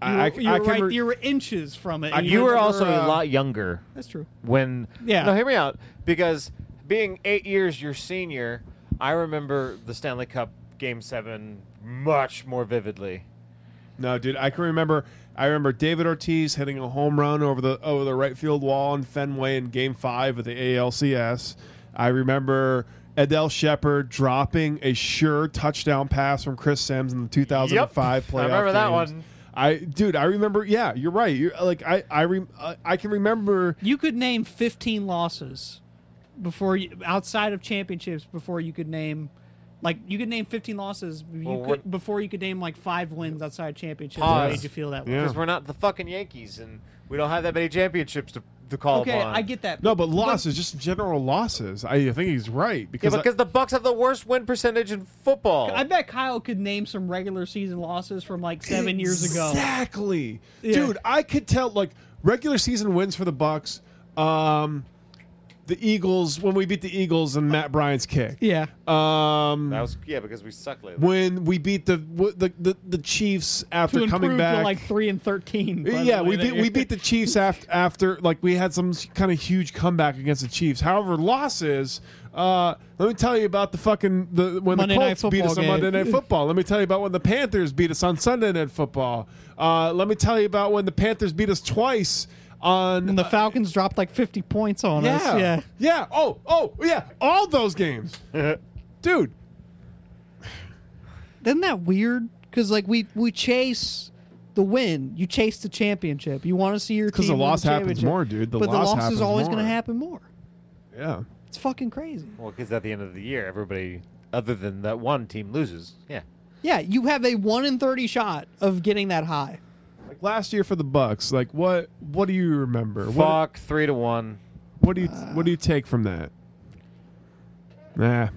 F: You were,
D: I, I,
F: you were
D: I can
F: right.
D: re-
F: you were inches from it. and
E: you were
F: didn't-
E: also
D: uh,
E: a lot younger
F: That's true.
E: when.
F: Yeah.
E: No, hear me out. Because being eight years your senior, I remember the Stanley Cup Game Seven much more vividly.
D: No, dude, I can remember. I remember David Ortiz hitting a home run over the over the right field wall in Fenway in Game Five of the ALCS. I remember Adele Shepard dropping a sure touchdown pass from Chris Sims in the 2005
E: Yep.
D: playoff.
E: I remember that
D: games.
E: one.
D: I, dude, I remember. Yeah, you're right. You're like I, I, rem, I- I can remember.
F: You could name 15 losses before you, outside of championships before you could name. Like you could name 15 losses you
E: Well,
F: could,
E: what-
F: before you could name like five wins outside of championships.
E: Pause.
F: That made you feel that way.
D: Yeah.
E: Because we're not the fucking Yankees, and we don't have that many championships to, to call
F: Okay,
E: upon.
F: I get that.
D: No, but losses, just general losses. I, I think he's right
E: Yeah,
D: because I-
E: because the Bucks have the worst win percentage in football.
F: I bet Kyle could name some regular season losses from like seven years ago.
D: Exactly.
F: Yeah.
D: Dude, I could tell like regular season wins for the Bucks. Um the Eagles when we beat the Eagles and Matt Bryant's kick.
F: Yeah.
D: Um
E: That was yeah, because we suck lately.
D: when we beat the w- the the, the Chiefs after
F: to
D: coming
F: improve
D: back
F: to like three and thirteen. by the
D: yeah,
F: way,
D: we
F: that
D: beat
F: year.
D: we beat the Chiefs after after like we had some kind of huge comeback against the Chiefs. However, losses. Uh, let me tell you about the fucking the when
F: Monday
D: the
F: Night
D: Colts beat
F: Football
D: us
F: game.
D: on Monday Night Football. Let me tell you about when the Panthers beat us on Sunday Night Football. Uh, let me tell you about when the Panthers beat us twice on. uh,
F: *laughs* And the Falcons dropped like fifty points on us.
D: yeah,
F: Yeah.
D: yeah. Oh, oh, yeah. All those
F: *laughs*
D: games, dude.
F: Isn't that weird? Because like we we chase the win, you chase the championship. You want to see your
D: 'Cause
F: team.
D: the
F: win
D: loss happens
F: championship.
D: more, dude. The
F: but
D: loss
F: the loss
D: happens
F: is always
D: more.
F: going to happen more.
D: Yeah.
F: It's fucking crazy.
E: Well, because at the end of the year, everybody other than that one team loses. Yeah.
F: Yeah, you have a one in thirty shot of getting that high.
D: Like last year for the Bucks, like what? What do you remember? What,
E: Fuck three to one.
D: What do you
F: Uh,
D: what do you take from that? Nah.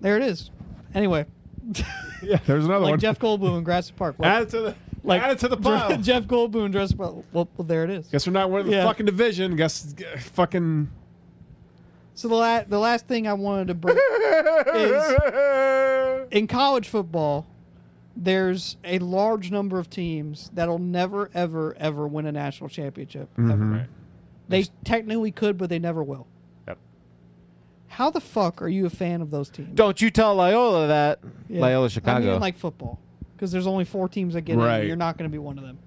F: There it is. Anyway,
D: *laughs* Yeah, there's another
F: like
D: one.
F: Jeff Goldblum in Grassy Park.
D: *laughs*
F: Well,
D: add it to the like, add it to the pile.
F: *laughs* Jeff Goldblum dressed. Well, well, there it is.
D: Guess we're not winning
F: Yeah.
D: the fucking division. Guess g- fucking
F: So the la- the last thing I wanted
D: *laughs*
F: to bring is in college football, there's a large number of teams that'll never ever ever win a national championship.
E: Mm-hmm.
F: Ever. They technically could, but they never will.
E: Yep.
F: How the fuck are you a fan of those teams?
E: Don't you tell Loyola that.
F: Yeah.
E: Loyola Chicago.
F: I mean, like football, because there's only four teams that get
D: Right.
F: in. You're not going to be one of them.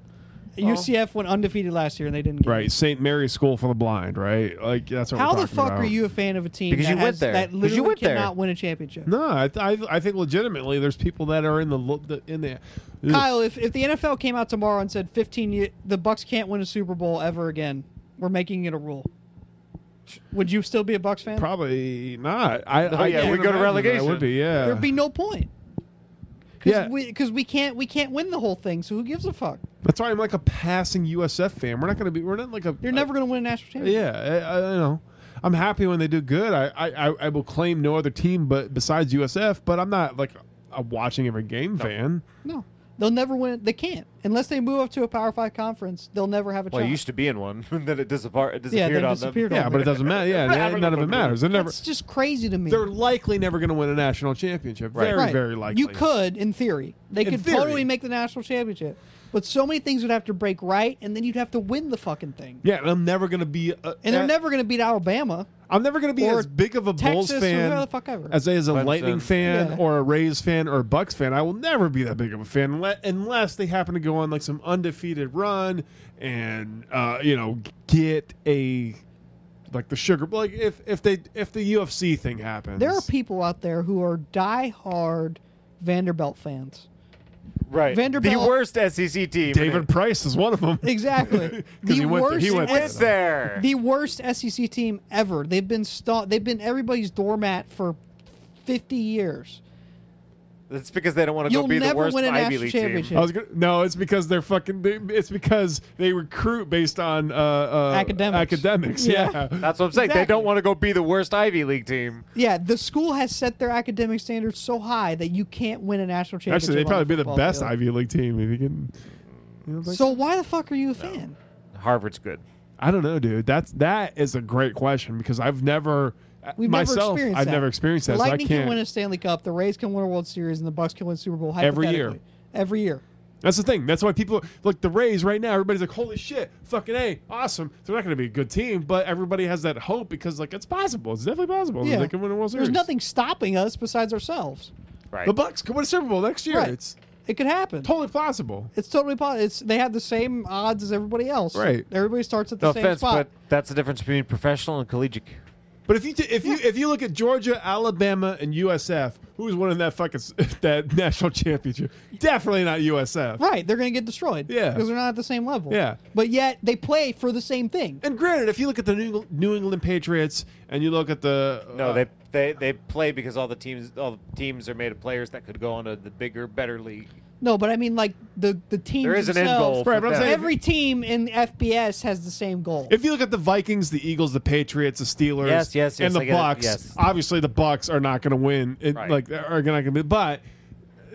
E: Oh.
F: UCF went undefeated last year and they didn't get in.
D: right St. Mary's School for the Blind, right? Like that's what
F: How
D: we're
F: the
D: talking
F: fuck
D: about.
F: are you a fan of a team
E: Because
F: that,
E: you went
F: has-
E: there.
F: that
E: Because you
F: literally
E: went there.
F: cannot win a championship?
D: No, I, th- I I think legitimately there's people that are in the, lo- the in the Ugh.
F: Kyle, if, if the NFL came out tomorrow and said 15 year, the Bucks can't win a Super Bowl ever again, we're making it a rule. Would you still be a Bucks fan?
D: probably not. I,
E: Oh,
D: I
E: yeah,
D: can't
E: we go to
D: imagine that
E: relegation.
D: I would be yeah.
F: There'd be no point. Cause
D: uh, Yeah.
F: we because we can't we can't win the whole thing. So who gives a fuck?
D: that's why I'm like a passing USF fan. We're not gonna be. We're not like a.
F: You're
D: a-
F: never going to win a
D: Uh,
F: national championship.
D: Yeah, I, I, you know, I'm happy when they do good. I, I, I- I will claim no other team but besides USF, but I'm not like a watching every game fan.
F: No, they'll never win. They can't unless they move up to a Power Five conference. They'll never have a
E: well,
F: chance.
E: it used to be in one, *laughs* and then it, disappar- it
F: yeah,
E: disappeared
F: they
E: on
F: disappeared.
D: Yeah,
F: on
D: but it
F: them.
D: doesn't
E: *laughs*
D: matter. Yeah, yeah, none of it matters. They're never.
F: That's just crazy to me.
D: They're likely never going to win a national championship. Very,
F: Right.
D: very likely.
F: You could, in theory, they
D: In
F: could
D: theory.
F: totally make the national championship, But so many things would have to break right, and then you'd have to win the fucking thing.
D: Yeah, and I'm never gonna be. A,
F: And they're
D: a-
F: never going to beat Alabama.
D: I'm never gonna be
F: or
D: as big of a Bulls
F: Texas or
D: fan
F: whoever the fuck ever.
D: as I as a
E: Clemson.
D: Lightning fan
F: Yeah.
D: or a Rays fan or a Bucks fan. I will never be that big of a fan unle- unless they happen to go on like some undefeated run and uh, you know get a like the sugar like if if they if the UFC thing happens.
F: There are people out there who are diehard
D: *laughs*
F: Vanderbilt fans.
E: Right. The
F: Vanderbilt-
E: worst SEC team.
D: David Price is one of them.
F: *laughs* Exactly.
D: 'Cause he went there- he went
E: What's
F: S-
E: there?
F: the worst SEC team ever. They've been sta- they've been everybody's doormat for 50 years.
E: That's because they don't want to go
F: You'll
E: be the
F: never
E: worst
F: win a
E: Ivy
F: national
E: League
F: championship.
E: team.
D: I was gonna, no, it's because they're fucking. They, it's because they recruit based on uh, uh,
F: Academics.
D: Academics,
F: Yeah.
D: yeah.
F: *laughs*
E: That's what I'm saying. They
F: Exactly.
E: don't want to go be the worst Ivy League team.
F: Yeah, the school has set their academic standards so high that you can't win a national championship.
D: Actually, they'd
F: on
D: probably
F: a
D: be the
F: football
D: best
F: field.
D: Ivy League team if you can.
F: So why the fuck are you a fan?
E: Harvard's good.
D: I don't know, dude. That's that is a great question because I've never uh,
F: We've never
D: myself.
F: experienced
D: I've
F: that.
D: never experienced that.
F: The
D: so I
F: Lightning
D: can't.
F: can win a Stanley Cup. The Rays can win a World Series, and the Bucks can win a Super Bowl.
D: Every year.
F: hypothetically. Every year.
D: That's the thing. That's why people look the Rays right now. Everybody's like, "Holy shit, fucking a, awesome!" They're not going to be a good team, but everybody has that hope because like it's possible. It's definitely possible.
F: Yeah.
D: They can win a World Series.
F: There's nothing stopping us besides ourselves.
E: Right.
D: The Bucks could win a Super Bowl next year.
F: Right.
D: It's
F: It could happen.
D: totally possible.
F: It's totally possible. It's they have the same odds as everybody else.
D: Right.
F: Everybody starts at the
E: no
F: same
E: offense,
F: spot.
E: but that's the difference between professional and collegiate.
D: But if you t- if you if you look at Georgia, Alabama, and USF, who's winning that fucking s- *laughs* that national championship? Definitely not USF.
F: Right, they're going to get destroyed.
D: Yeah.
F: because they're not at the same level.
D: Yeah.
F: but yet they play for the same thing.
D: And granted, if you look at the New England, New England Patriots and you look at the
E: No,
D: uh,
E: they, they they play because all the teams all the teams are made of players that could go on to the bigger, better league.
F: No, but I mean like the the teams.
E: There is an end
F: themselves-
E: goal.
D: Right,
E: for
D: but I'm
E: them.
D: saying-
F: Every team in FBS has the same goal.
D: if you look at the Vikings, the Eagles, the Patriots, the Steelers,
E: Yes, yes, yes,
D: and
E: I
D: the
E: get it,
D: Bucks.
E: yes.
D: Obviously, the Bucks are not going to win. It,
E: Right.
D: Like are not going to be, but.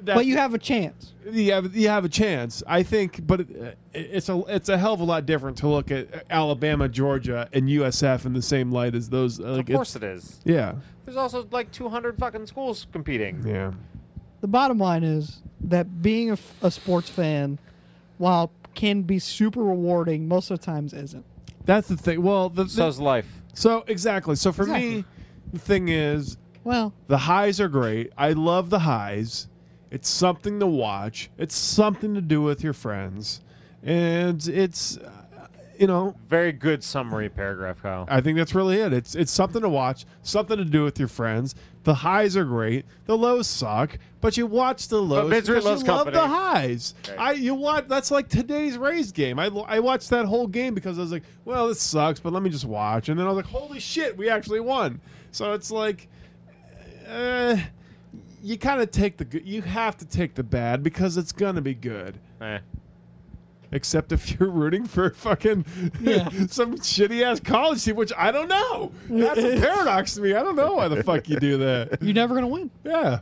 D: That,
F: but you have a chance.
D: you have you have a chance, I think. But it, it's a it's a hell of a lot different to look at Alabama, Georgia, and USF in the same light as those. uh, Like
E: of course it is.
D: it, yeah,
E: There's also like 200 fucking schools competing.
D: yeah.
F: The bottom line is that being a, f- a sports fan, while can be super rewarding, most of the times isn't.
D: That's the thing. Well, the,
E: So's life.
D: so exactly. So for me,
F: Exactly.
D: the thing is,
F: Well,
D: The highs are great. I love the highs. It's something to watch. It's something to do with your friends, and it's, uh, you know,
E: Very good summary paragraph, Kyle.
D: I think that's really it. It's it's something to watch, something to do with your friends. The highs are great. The lows suck, but you watch the lows
E: misery
D: because you
E: loves
D: love
E: company.
D: the highs. I you watch that's like today's Rays game. I lo- I watched that whole game because I was like, well, this sucks, but let me just watch. And then I was like, holy shit, we actually won. So it's like, uh, you kind of take the good. You have to take the bad because it's gonna be good.
E: Eh.
D: Except if *laughs* you're rooting for fucking *laughs* some shitty ass college team, which I don't know. That's a
F: *laughs*
D: paradox to me. I don't know why the fuck you do that.
F: you're never going to win.
D: Yeah.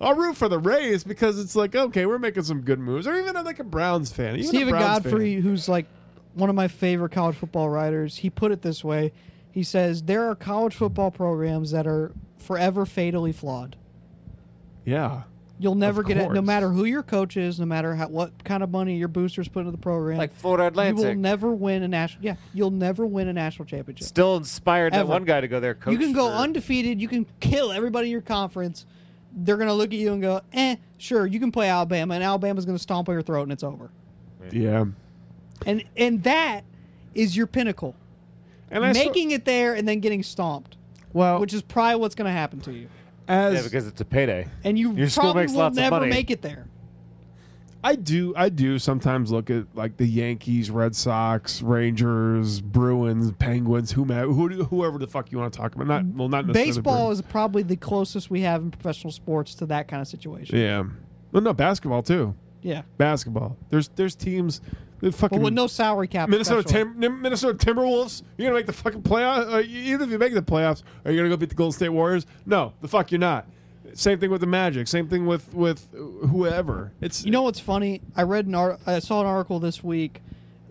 D: I'll root for the Rays because it's like, okay, we're making some good moves. Or even I'm like a Browns fan. Even a
F: Stephen
D: Browns
F: Godfrey, who's like one of my favorite college football writers, he put it this way. He says, There are college football programs that are forever fatally flawed.
D: fan. Yeah.
F: You'll never get it, no
D: course.
F: matter who your coach is, no matter how, what kind of money your boosters put into the program.
E: Like Florida
F: you will
E: Atlantic.
F: never win a national. Yeah, you'll never win a national championship.
E: Still inspired that
F: Ever.
E: one guy to go there. Coach
F: You can go
E: for-
F: undefeated. You can kill everybody in your conference. They're gonna look at you and go, "Eh, sure, you can play Alabama, and Alabama's gonna stomp on your throat, and it's over."
D: Yeah.
F: And and that is your pinnacle.
D: And I saw-
F: making it there and then getting stomped,
E: Oh.
D: well,
F: which is probably what's going to happen to you.
D: as
E: Yeah, because it's a payday.
F: And you
E: Your school
F: probably
E: makes
F: will
E: lots of
F: never
E: money.
F: make it there.
D: I do I do sometimes look at like the Yankees, Red Sox, Rangers, Bruins, Penguins, whomever, who, whoever the fuck you want to talk about. Not well, not necessarily
F: Baseball
D: Bruins.
F: is probably the closest we have in professional sports to that kind of situation.
D: Yeah. Well, no, basketball too.
F: Yeah.
D: Basketball. There's there's teams. That fucking
F: But with no salary cap.
D: Minnesota
F: threshold.
D: Tim, Minnesota Timberwolves. You're gonna make the fucking playoff. Uh, even if you make the playoffs, are you gonna go beat the Golden State Warriors? No, the fuck you're not. Same thing with the Magic. Same thing with with whoever. It's
F: You know what's funny? I read an art- I saw an article this week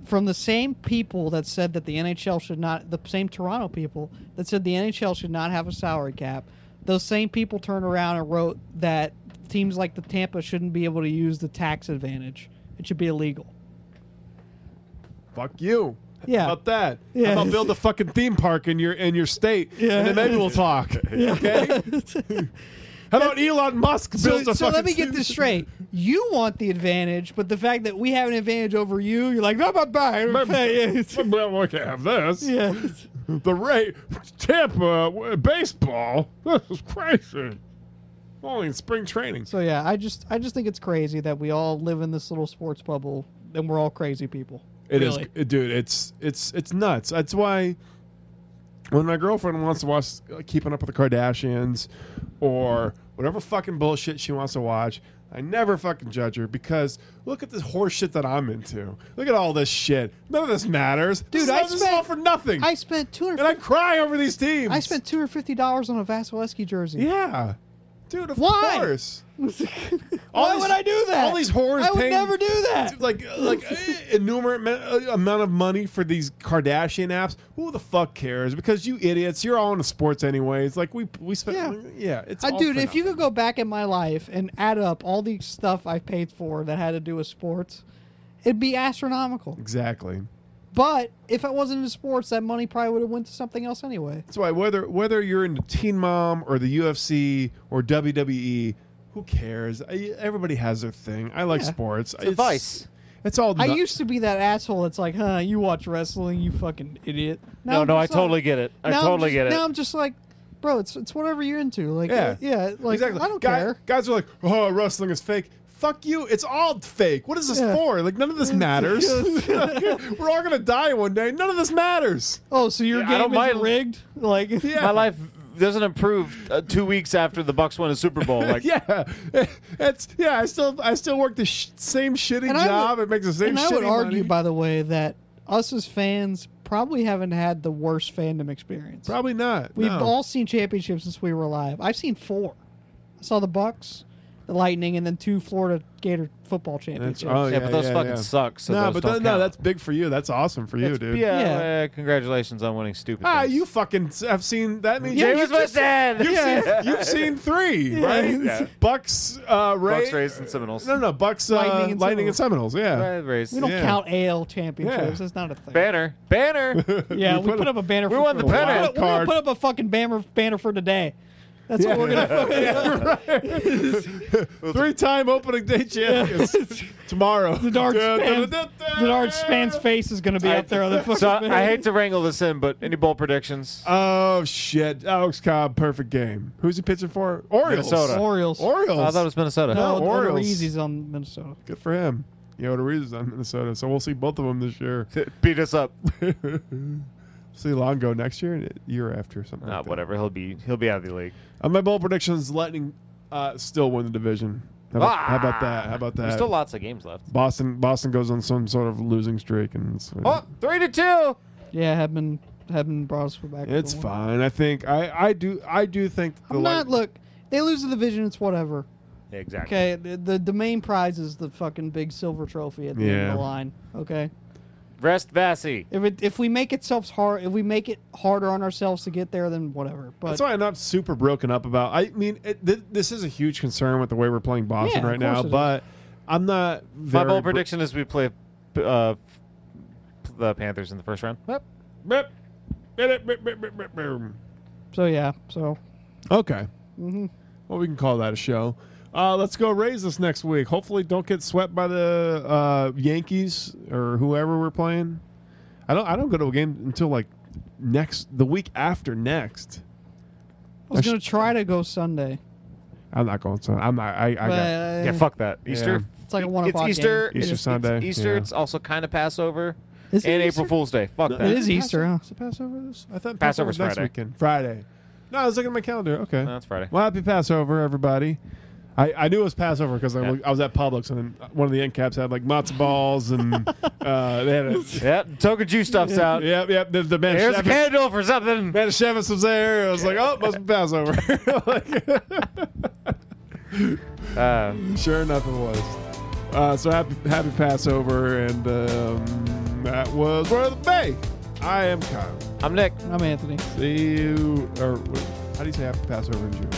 F: from the same people that said that the NHL should not the same Toronto people that said the NHL should not have a salary cap. Those same people turned around and wrote that teams like the Tampa shouldn't be able to use the tax advantage It should be illegal.
D: Fuck you.
F: Yeah.
D: How about that?
F: Yeah.
D: How about build a fucking theme park in your in your state?
F: Yeah.
D: And then maybe we'll talk.
F: *laughs*
D: Okay. How about Elon Musk
F: So,
D: builds a
F: so
D: fucking
F: let me get this straight. You want the advantage, but the fact that we have an advantage over you, you're like, bye bye *laughs* bye.
D: Well, we can have this.
F: Yeah.
D: The rate Tampa w- baseball. This is crazy. Only in spring training.
F: So yeah, I just I just think it's crazy that we all live in this little sports bubble and we're all crazy people.
D: It is,
F: really.
D: dude. It's it's it's nuts. That's why when my girlfriend wants to watch uh, Keeping Up with the Kardashians or whatever fucking bullshit she wants to watch, I never fucking judge her because look at this horse shit that I'm into. Look at all this shit. None of this matters, dude.
F: I
D: this is all
F: spent-
D: for nothing,
F: I spent two
D: and I
F: hundred.
D: cry over these teams.
F: I spent two hundred fifty dollars on a Vasilevsky jersey.
D: yeah, dude. Of
F: Why? *laughs*
D: course.
F: Why
D: these-
F: would I do that?
D: all these whores
F: I would
D: paying-
F: never do that.
D: like like uh, innumerate ma- uh, amount of money for these Kardashian apps. Who the fuck cares? Because you idiots, you're all into sports anyways. Like we we spent
F: Yeah.
D: yeah, it's
F: Uh,
D: all
F: dude,
D: for
F: if you
D: nothing.
F: could go back in my life and add up all the stuff I paid for that had to do with sports, it'd be astronomical.
D: exactly.
F: But if I wasn't into sports, that money probably would have went to something else anyway.
D: That's why whether whether you're into Teen Mom or the UFC or WWE, who cares? I, everybody has their thing. I like
F: Yeah.
D: sports. It's,
E: vice.
D: It's all.
F: I
D: nu-
F: used to be that asshole that's like, huh, you watch wrestling, you fucking idiot. Now
E: No,
F: I'm
E: no, I
F: just like-
E: totally get it. I
F: now I'm
E: totally
F: just-
E: get it.
F: Now I'm just like, bro, it's it's whatever you're into. Like,
D: Yeah.
F: yeah, yeah like
D: exactly.
F: I don't
D: Guy-
F: care.
D: Guys are like, oh, wrestling is fake. Fuck you. It's all fake. What is this
F: Yeah.
D: for? Like, none of
F: *laughs*
D: this matters. *laughs* We're all going to die one day. None of this matters. *laughs*
F: Oh, so your
E: Yeah, I
F: game
E: don't
F: is
E: mind-
F: rigged? Like, *laughs*
D: Yeah.
E: My life doesn't improve uh, two weeks after the Bucks won a Super
F: *laughs*
E: Bowl. Like,
D: Yeah, it's yeah. I still I still work the sh- same shitty
F: And I would-
D: job. it makes the same.
F: and I
D: shitty
F: would argue,
D: money.
F: by the way, that us as fans probably haven't had the worst fandom experience.
D: probably not.
F: We've
D: no.
F: all seen championships since we were alive. I've seen four. I saw the Bucks, the Lightning, and then two Florida Gator football championships.
D: That's, oh, yeah,
E: yeah, but those
D: yeah,
E: fucking
D: yeah.
E: suck. So
D: no,
E: those
D: but
E: don't
D: th- no,
E: count.
D: that's big for you. That's awesome for you, dude.
E: Yeah,
F: Yeah.
E: Uh, congratulations on winning stupid.
D: Ah,
E: things.
D: you fucking s- have seen that means
E: Yeah,
D: you-
E: was my dad.
D: You've,
F: Yeah.
D: seen, you've seen
F: *laughs*
D: three, right?
E: Yeah.
D: Bucks, uh, Ray,
E: Bucks, Rays, and Seminoles.
D: No, no, Bucks, uh,
F: Lightning
D: Lightning,
F: and
D: and, Seminoles. Yeah,
E: Uh, Rays.
F: We don't
D: yeah.
F: count AL championships.
D: Yeah.
F: That's not a thing.
E: Banner,
F: *laughs*
E: banner.
F: yeah, we, put, up a banner.
E: we
F: for
E: won the
F: for-
E: pennant.
F: We're gonna- We're gonna
D: Card.
F: put up a fucking banner banner for today. That's what we're gonna. fucking-
D: three-time opening day champions.
F: *laughs*
D: Tomorrow, the *laughs*
F: dark span- The large span's face is gonna be up there on the
E: *laughs*
F: fucking.
E: so I, I
F: banner. Uh,
E: hate to wrangle this in, but any bowl predictions?
D: Oh shit! Alex Cobb, perfect game. Who's he pitching for? Orioles.
E: Minnesota.
F: Orioles.
D: Orioles.
E: Oh, I thought it was Minnesota.
F: No,
D: No, Orioles.
F: Orioles. on Minnesota.
D: Good for him. Yoda Reed is on Minnesota, so we'll see both of them this year.
E: Beat us
F: *laughs*
E: up.
D: see Longo next year and a year after or something.
E: Nah,
D: like that.
E: Ah, whatever. He'll be he'll be out of the league.
D: Uh, my bold predictions: Lightning uh, still win the division. How about, how
F: Ah,
D: about that? How about that?
F: Uh,
E: There's still lots of games left.
D: Boston. Boston goes on some sort of losing streak, and it's,
E: Oh, three to two.
F: Yeah, have been have been brought us back.
D: it's
F: for one.
D: fine. I think I, I do I do think that the
F: I'm not.
D: Light-
F: Look, they lose the division. It's whatever.
E: Exactly.
F: Okay, the, the the main prize is the fucking big silver trophy at the end
D: Yeah.
F: of the line. Okay,
E: Rest Vassy.
F: if it, if we make itself hard, if we make it harder on ourselves to get there, then whatever. But
D: That's why I'm not super broken up about. I mean, it, th- this is a huge concern with the way we're playing Boston
F: Yeah, of
D: right now,
F: course it is.
D: but I'm not.
E: My
D: Very
E: bold
D: bro-
E: prediction is we play uh, the Panthers in the first round. Yep.
D: Bip, bip, bip, bip, bip, bip, boom.
F: so yeah, so
D: Okay. Mm-hmm. Well, we can call that a show. Uh, let's go raise this next week. Hopefully, don't get swept by the uh, Yankees or whoever we're playing. I don't. I don't go to a game until like next the week after next.
F: I was gonna try to go Sunday.
D: I'm not going. So I'm not. I, I
F: But,
D: got.
E: Yeah, fuck that. Easter.
F: Eh. It's like a one
E: E-, It's
F: o'clock
E: Easter.
D: game. Easter
E: it's, it's
D: Sunday,
E: Easter.
D: yeah.
E: It's also kind of Passover
F: Is it
E: and
F: Easter?
E: April Fool's Day. Fuck that.
F: It is Easter, huh?
D: Is it Passover? This? I thought Passover
E: Passover's
D: was next
E: Friday.
D: weekend. Friday. No, I was looking at my calendar. Okay.
E: No, it's Friday.
D: Well, happy Passover, everybody. I, I knew it was Passover because I,
E: Yeah.
D: looked- I was at Publix and then one of the end caps had like matzo balls and *laughs* uh, they had
E: *laughs*
D: a,
E: Yep. Token juice stuff's out.
D: yep yep the, the man
E: Here's a
D: Shevitz-
E: candle for something.
D: man Shevitz was there. I was like, oh, must be Passover.
E: Uh,
D: sure enough, it was. Uh, so happy happy Passover, and um, that was Royal the Bay. I am Kyle.
E: I'm Nick.
F: I'm Anthony.
D: See you. Or wait, how do you say happy Passover in Jewish?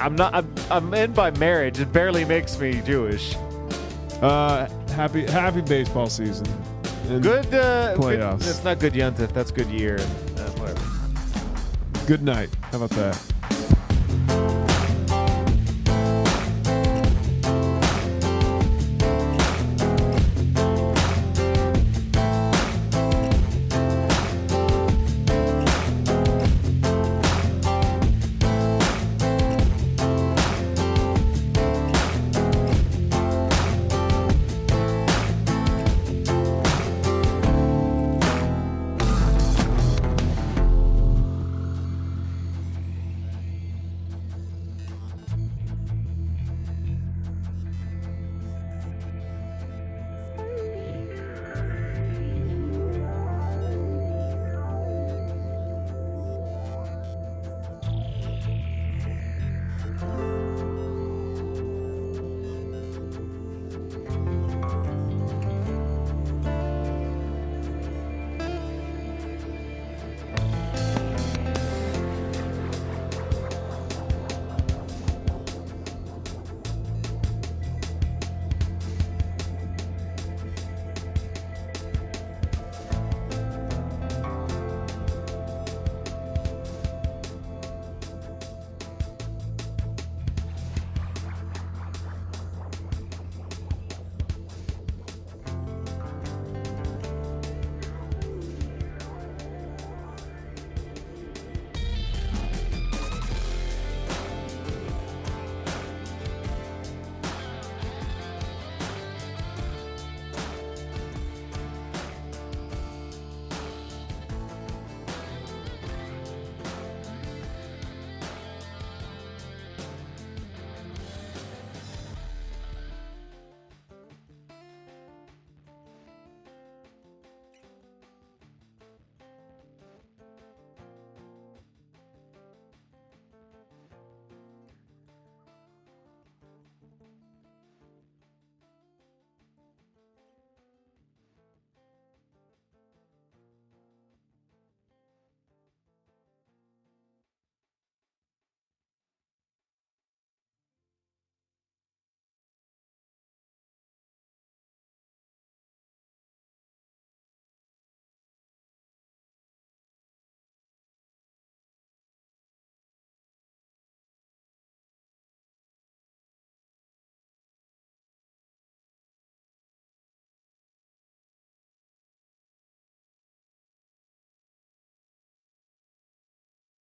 E: I'm not. I'm, I'm in by marriage. It barely makes me Jewish.
D: Uh, happy happy baseball season. And
E: Good uh, good-
D: Playoffs.
E: That's not good Yontif. That's good year. Uh, whatever.
D: Good night. How about that?